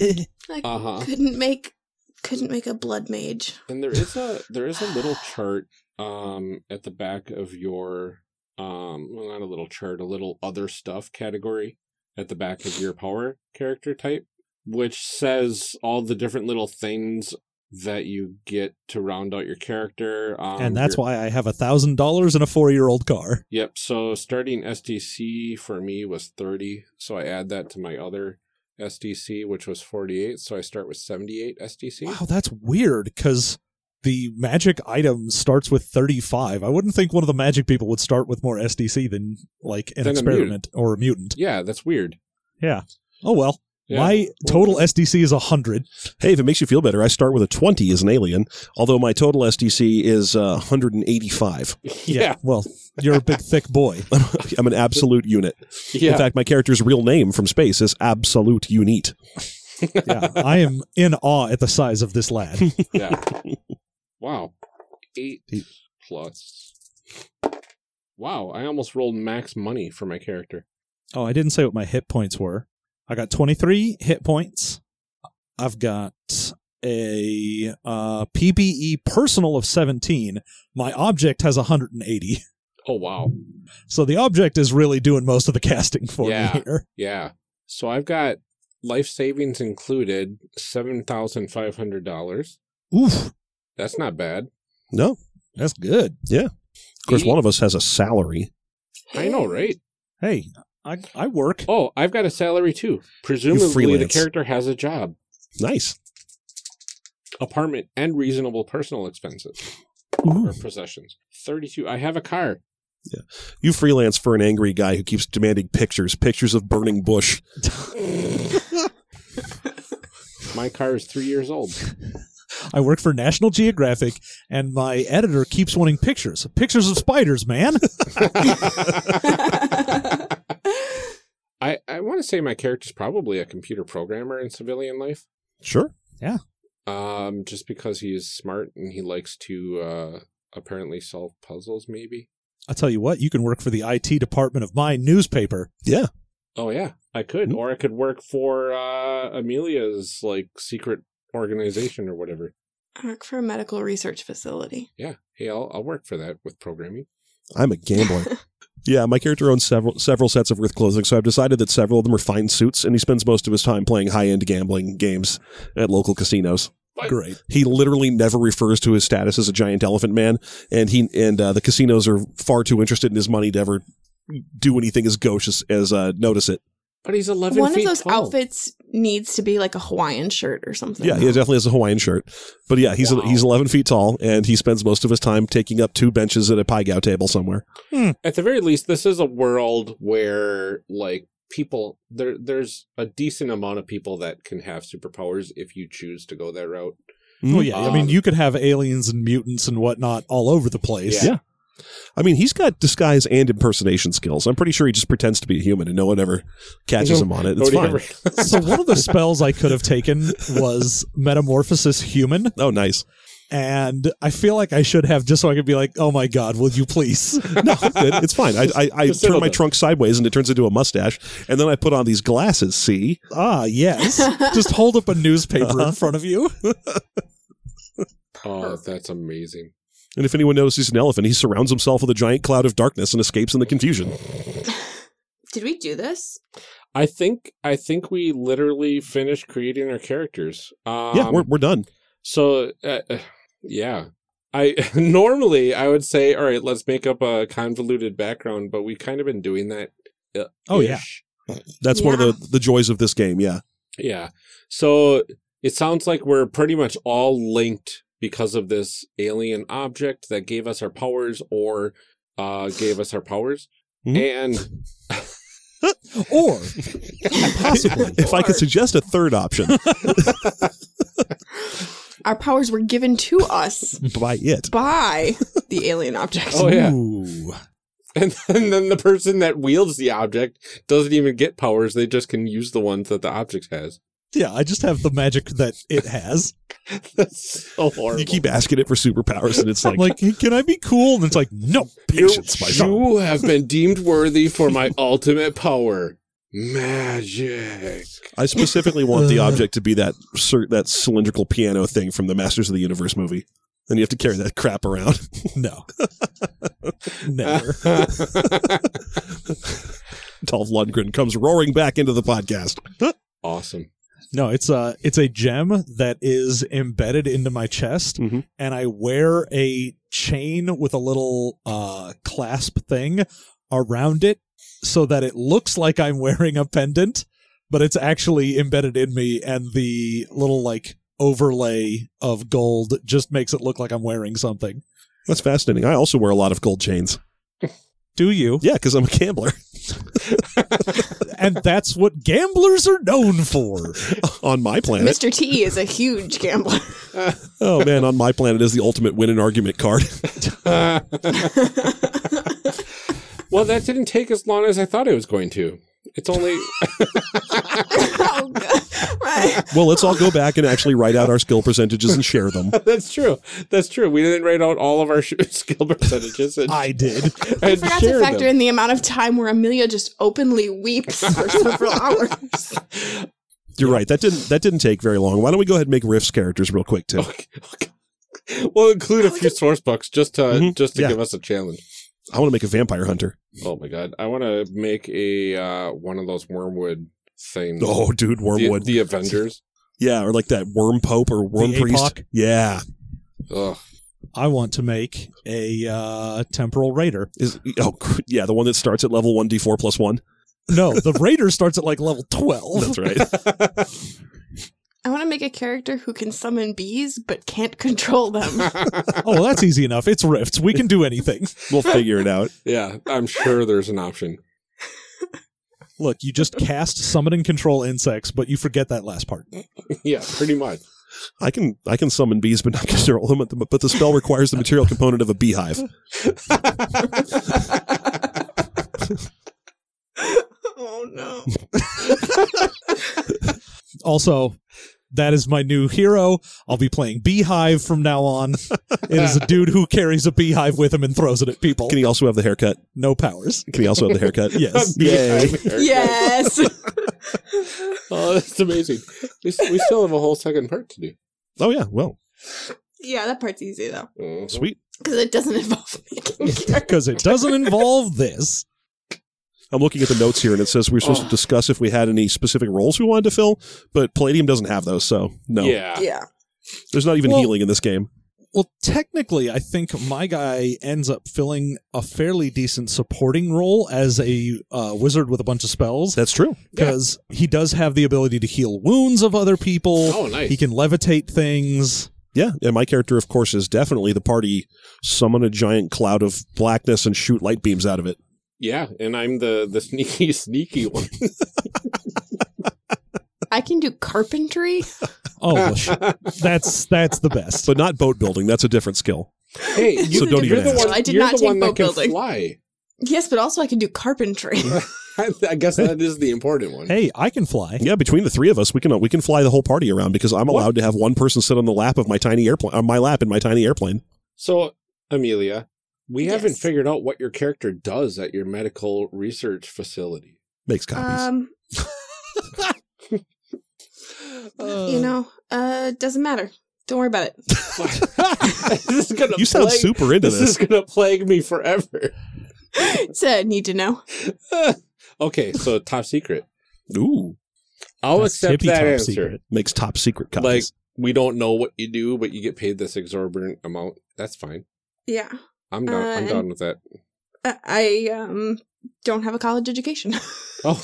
I
Uh huh.
couldn't make couldn't make a blood mage.
And there is a there is a little chart um at the back of your um well not a little chart a little other stuff category at the back of your power character type which says all the different little things that you get to round out your character um,
and that's
your-
why I have a thousand dollars in a four-year-old car.
Yep. So starting SDC for me was 30. So I add that to my other SDC, which was 48. So I start with 78 SDC.
Wow, that's weird because the magic item starts with 35. I wouldn't think one of the magic people would start with more SDC than like an
Than a
experiment or a mutant.
Yeah, that's weird.
Oh well.
Yeah.
My total SDC is 100.
Hey, if it makes you feel better, I start with a 20 as an alien, although my total SDC is uh, 185.
yeah.
Well, you're a big thick boy.
I'm an absolute unit.
Yeah.
In fact, my character's real name from space is Absolute Unit.
Yeah. I am in awe at the size of this lad.
yeah. Wow. Eight
Eight.
plus. Wow. I almost rolled max money for my character.
Oh, I didn't say what my hit points were. I got 23 hit points. I've got a uh, PBE personal of 17. My object has 180.
Oh, wow.
So the object is really doing most of the casting for
Yeah.
me here.
Yeah. So I've got life savings included $7,500.
Oof.
That's not bad.
No.
That's good.
Of course, one of us has a salary.
I know, right?
Hey, I, I work.
Oh, I've got a salary too. Presumably, the
freelance.
character has a job,
Nice.
apartment, and reasonable personal expenses or possessions. 32. I have a car.
You freelance for an angry guy who keeps demanding pictures, pictures of burning bush.
My car is three years old.
I work for National Geographic, and my editor keeps wanting pictures. Pictures of spiders, man.
I, I want to say my character's probably a computer programmer in civilian life,
Sure.
um, just because he's smart and he likes to uh, apparently solve puzzles, maybe.
I tell you what, you can work for the IT department of my newspaper.
Yeah.
Oh yeah, I could,
Mhm.
or I could work for uh, Amelia's like secret organization or whatever.
I work for a medical research facility.
Yeah, hey, I'll, I'll work for that with programming.
I'm a gambler. yeah, my character owns several several sets of Earth clothing, so I've decided that several of them are fine suits, and he spends most of his time playing high end gambling games at local casinos.
But
Great.
He literally never refers to his status as a giant elephant man, and he and uh, the casinos are far too interested in his money to ever do anything as gauche as, as uh, notice it.
but he's eleven.
One of
feet
those
tall.
outfits needs to be like a Hawaiian shirt or something.
Yeah, he definitely has a Hawaiian shirt, but yeah, he's
Wow.
he's 11 feet tall, and he spends most of his time taking up two benches at a pie gow table somewhere.
At the very least, this is a world where like people there there's a decent amount of people that can have superpowers if you choose to go that route.
Oh yeah. I mean,
Um,
you could have aliens and mutants and whatnot all over the place.
Yeah.
I mean, he's got disguise and impersonation skills. I'm pretty sure he just pretends to be a human, and no one ever catches him on it. It's
Nobody
fine.
ever-
so one of the spells I could have taken was Metamorphosis Human,
Oh, nice.
and I feel like I should have just so I could be like, oh my god, will you please?
No, I'm good. it's fine. I, I, I
Just settle
turn my
down.
trunk sideways, and it turns into a mustache, and then I put on these glasses. See,
ah, yes. just hold up a newspaper
Uh-huh.
in front of you.
oh, that's amazing.
and if anyone knows he's an elephant, he surrounds himself with a giant cloud of darkness and escapes in the confusion.
Did we do this?
I think I think we literally finished creating our characters. Um,
yeah, we're, we're done.
so uh, uh, yeah. I normally I would say all right, let's make up a convoluted background, but we've kind of been doing that. uh,
Oh, yeah.
ish.
That's one of the the joys of this game. Yeah,
yeah. So it sounds like we're pretty much all linked because of this alien object that gave us our powers or uh, gave us our powers,
Mhm.
and
Or possibly.
if I could suggest a third option
Our powers were given to us
by it.
by the alien object.
Oh, yeah.
Ooh.
And then, then the person that wields the object doesn't even get powers. They just can use the ones that the object has.
Yeah, I just have the magic that it has.
That's so horrible.
You keep asking it for superpowers, and it's
I'm
like,
like, hey, can I be cool? And it's like, no,
you,
patience, my son.
you have been deemed worthy for my ultimate power. Magic.
I specifically want the
Uh.
object to be that cer- that cylindrical piano thing from the Masters of the Universe movie. Then you have to carry that crap around.
No. Never.
Dolph Lundgren comes roaring back into the podcast.
awesome.
No, it's a it's a gem that is embedded into my chest,
Mhm.
and I wear a chain with a little uh, clasp thing around it, so that it looks like I'm wearing a pendant, but it's actually embedded in me, and the little like overlay of gold just makes it look like I'm wearing something.
That's fascinating. I also wear a lot of gold chains.
Do you?
Yeah, because I'm a gambler
and that's what gamblers are known for.
on my planet.
Mr. T is a huge gambler.
Oh man, on my planet is the ultimate win an argument card.
well, that didn't take as long as I thought it was going to. It's only
oh, God. Right.
well, let's all go back and actually write out our skill percentages and share them.
that's true. That's true. We didn't write out all of our sh- skill percentages. And,
I did.
I
and
forgot
share
to factor
them.
in the amount of time where Amelia just openly weeps for several hours.
You're right. That didn't that didn't take very long. Why don't we go ahead and make Riff's characters real quick too?
Okay. okay. We'll include a few source books just to
Mhm.
just to
Yeah.
give us a challenge.
I want to make a vampire hunter.
Oh my god, I want to make a uh, one of those wormwood things.
Oh, dude,
the,
Wormwood.
the uh, Avengers.
yeah, or like that worm pope or worm
The
priest.
Apoc.
Yeah.
Ugh.
I want to make a uh, temporal raider.
Is oh cr- yeah, the one that starts at level one d four plus one.
No, the raider starts at like level twelve.
That's right.
I want to make a character who can summon bees but can't control them.
Oh, well, that's easy enough. It's rifts. We can do anything.
we'll figure it out.
yeah, I'm sure there's an option.
Look, you just cast summon and control insects, but you forget that last part.
yeah, pretty much.
I can I can summon bees, but not control them. But the, but the spell requires the material component of a beehive.
oh no.
Also, That is my new hero. I'll be playing Beehive from now on. it is a dude who carries a beehive with him and throws it at people.
Can he also have the haircut?
No powers.
Can he also have the haircut?
Yes.
Yay.
Yes.
Oh, that's amazing. We, s- we still have a whole second part to do.
Oh yeah. Well,
yeah, that part's easy though,
Mhm.
sweet.
because it doesn't involve making characters.
Because it doesn't involve this.
I'm looking at the notes here, and it says we were supposed
Oh.
to discuss if we had any specific roles we wanted to fill, but Palladium doesn't have those, so no.
Yeah.
Yeah.
There's not even
Well-
healing in this game.
Well, technically, I think my guy ends up filling a fairly decent supporting role as a uh, wizard with a bunch of spells
That's true.
because he does have the ability to heal wounds of other people.
Oh, nice.
He can levitate things.
Yeah, and my character, of course, is definitely the party summon a giant cloud of blackness and shoot light beams out of it.
yeah, and I'm the the sneaky sneaky one.
I can do carpentry.
Oh, well, sh- that's that's the best.
But not boat building. That's a different skill.
Hey, you,
So don't
you're
even
the
ask.
one.
I did
you're
not
the
take
one that
boat
can
building.
fly.
Yes, but also I can do carpentry.
I, I guess that is the important one.
hey, I can fly.
Yeah, between the three of us, we can we can fly the whole party around because I'm allowed to have one person sit on the lap of my tiny airplane, on my lap in my tiny airplane.
So, Amelia, we haven't
Yes.
figured out what your character does at your medical research facility.
Makes copies.
um, you know, uh, doesn't matter. Don't worry about it.
this is gonna
you sound
plague-
super into
This
this.
is gonna plague me forever.
It's a need to know.
okay, so top secret.
Ooh,
I'll
That's
accept
tippy
that
top
answer.
secret.
makes top secret copies.
Like we don't know what you do, but you get paid this exorbitant amount. That's fine.
Yeah,
I'm done. I'm
Uh,
done with that.
Uh, I um don't have a college education.
Oh,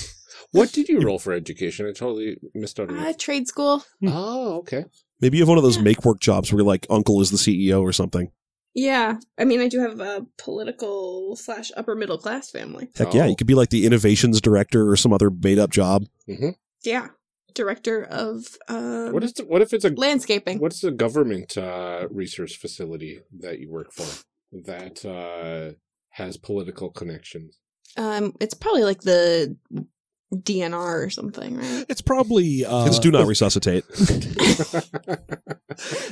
what did you roll for education? I totally missed out on
uh,
that.
trade school.
Oh, okay.
Maybe you have one of those
Yeah.
make work jobs where like uncle is the CEO or something.
Yeah, I mean, I do have a political slash upper middle class family.
Heck yeah,
Oh.
you could be like the innovations director or some other made up job.
Yeah, director of um,
What is? The, what if it's a
landscaping.
What's the government uh, research facility that you work for that uh, has political connections?
Um, it's probably like the DNR or something, right?
It's probably uh,
it's do not resuscitate.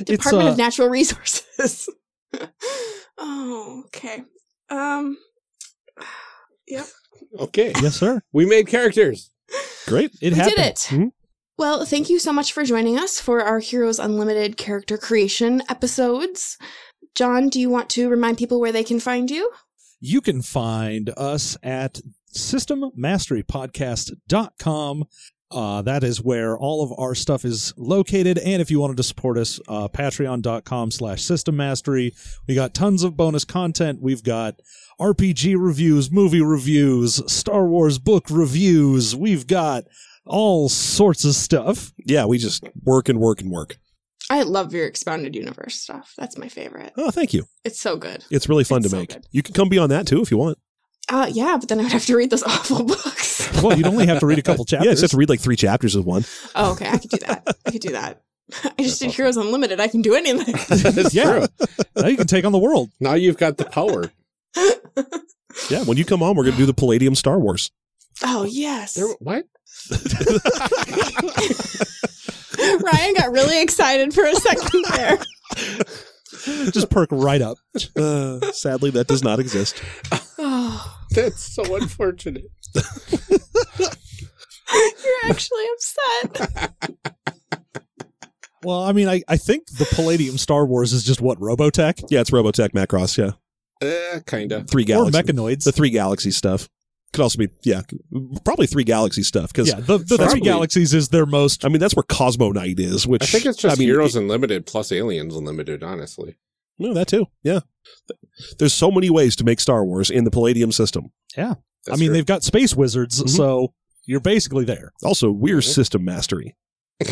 Department
uh,
of Natural Resources. oh, okay. Um,
okay,
yes, sir.
we made characters.
Great.
It
we
happened. Hmm?
did it.
Mhm.
Well, thank you so much for joining us for our Heroes Unlimited character creation episodes. John, do you want to remind people where they can find you?
You can find us at systemmasterypodcast.com. Uh, that is where all of our stuff is located. And if you wanted to support us, uh, patreon.com slash system mastery. We got tons of bonus content. We've got RPG reviews, movie reviews, Star Wars book reviews. We've got all sorts of stuff.
Yeah, we just work and work and work.
I love your expanded universe stuff. That's my favorite.
Oh, thank you.
It's so good.
It's really fun
It's
to
so
make.
good.
You can come beyond that too if you want.
Uh, yeah, but then I would have to read those awful books.
Well, you'd only have to read a couple chapters.
Yeah, you just have to read like three chapters of one.
Oh, okay. I could do that. I could do that. I just
That's
did
awesome.
Heroes Unlimited. I can do anything.
That's true.
Yeah. now you can take on the world.
Now you've got the power.
Yeah, when you come on, we're gonna do the Palladium Star Wars.
Oh, yes.
There, what?
Ryan got really excited for a second there.
Just perk right up.
Uh, sadly, that does not exist.
Oh,
That's so unfortunate.
you're actually upset.
Well, I mean, I, I think the Palladium Star Wars is just what Robotech
Yeah, it's Robotech Macross. Yeah,
Uh, kinda.
three
or
galaxies.
Mechanoids.
the three galaxy stuff could also be yeah, probably three galaxy stuff because
yeah, the, the
Probably.
three galaxies is their most.
I mean that's where Cosmo Knight is. Which
I think it's just
I mean,
Heroes Unlimited plus Aliens Unlimited. Honestly,
No, that too. Yeah. There's so many ways to make Star Wars in the Palladium system.
I
That's
mean,
true.
they've got space wizards,
Mhm.
so you're basically there.
Also, we're
Mhm.
system mastery.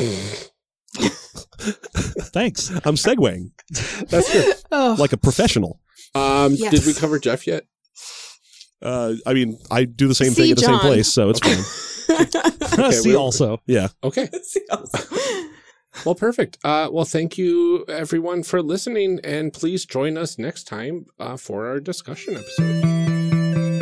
Thanks.
I'm segueing
that's true.
Oh,
like a professional.
Um,
Yes.
Did we cover Jeff yet?
Uh, I mean, I do the same thing
See,
at the same
John.
place, so it's fine.
See
we-
also.
Okay. Well, perfect. Uh, well, thank you everyone for listening, and please join us next time uh, for our discussion episode.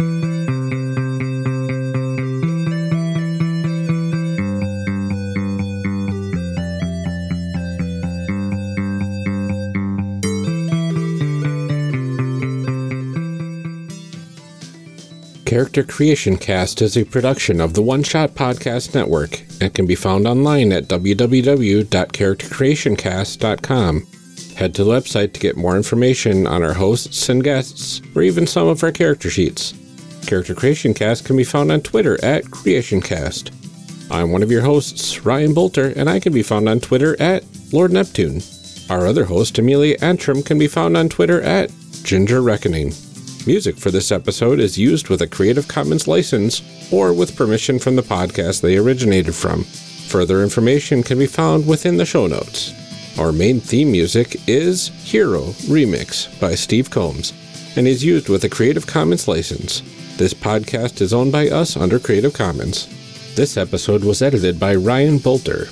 Character Creation Cast is a production of the One Shot Podcast Network and can be found online at www.charactercreationcast.com. Head to the website to get more information on our hosts and guests, or even some of our character sheets. Character Creation Cast can be found on Twitter at CreationCast. I'm one of your hosts, Ryan Bolter, and I can be found on Twitter at Lord Neptune. Our other host, Amelia Antrim, can be found on Twitter at Ginger Reckoning. Music for this episode is used with a Creative Commons license or with permission from the podcast they originated from. Further information can be found within the show notes. Our main theme music is Hero Remix by Steve Combs and is used with a Creative Commons license. This podcast is owned by us under Creative Commons. This episode was edited by Ryan Bolter.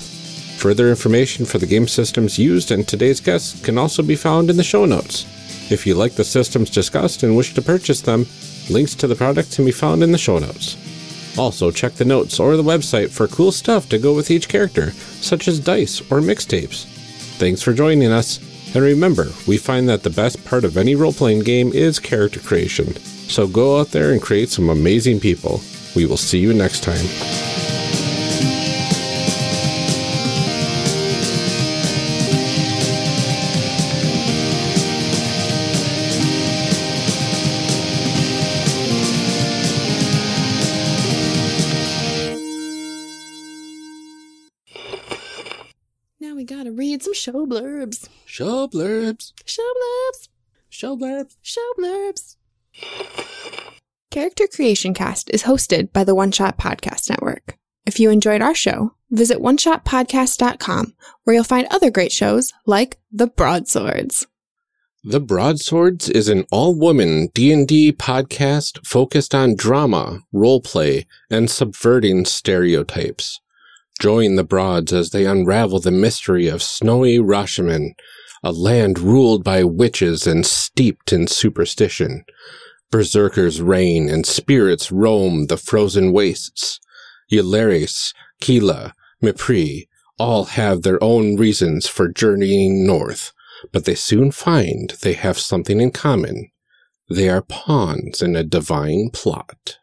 Further information for the game systems used and today's guests can also be found in the show notes. If you like the systems discussed and wish to purchase them, links to the products can be found in the show notes. Also, check the notes or the website for cool stuff to go with each character, such as dice or mixtapes. Thanks for joining us, and remember, we find that the best part of any role playing game is character creation. So go out there and create some amazing people. We will see you next time.
Now we gotta read some show blurbs.
Show blurbs,
Show blurbs.
show blurbs.
Show blurbs. Character Creation Cast is hosted by the One Shot Podcast Network. If you enjoyed our show, visit oneshotpodcast.com where you'll find other great shows like The Broadswords.
The Broadswords is an all-woman D&D podcast focused on drama, roleplay, and subverting stereotypes. Join the Broads as they unravel the mystery of snowy Rashomon, a land ruled by witches and steeped in superstition. Berserkers reign and spirits roam the frozen wastes. Yularis, Kila, Mipri all have their own reasons for journeying north but they soon find they have something in common. They are pawns in a divine plot.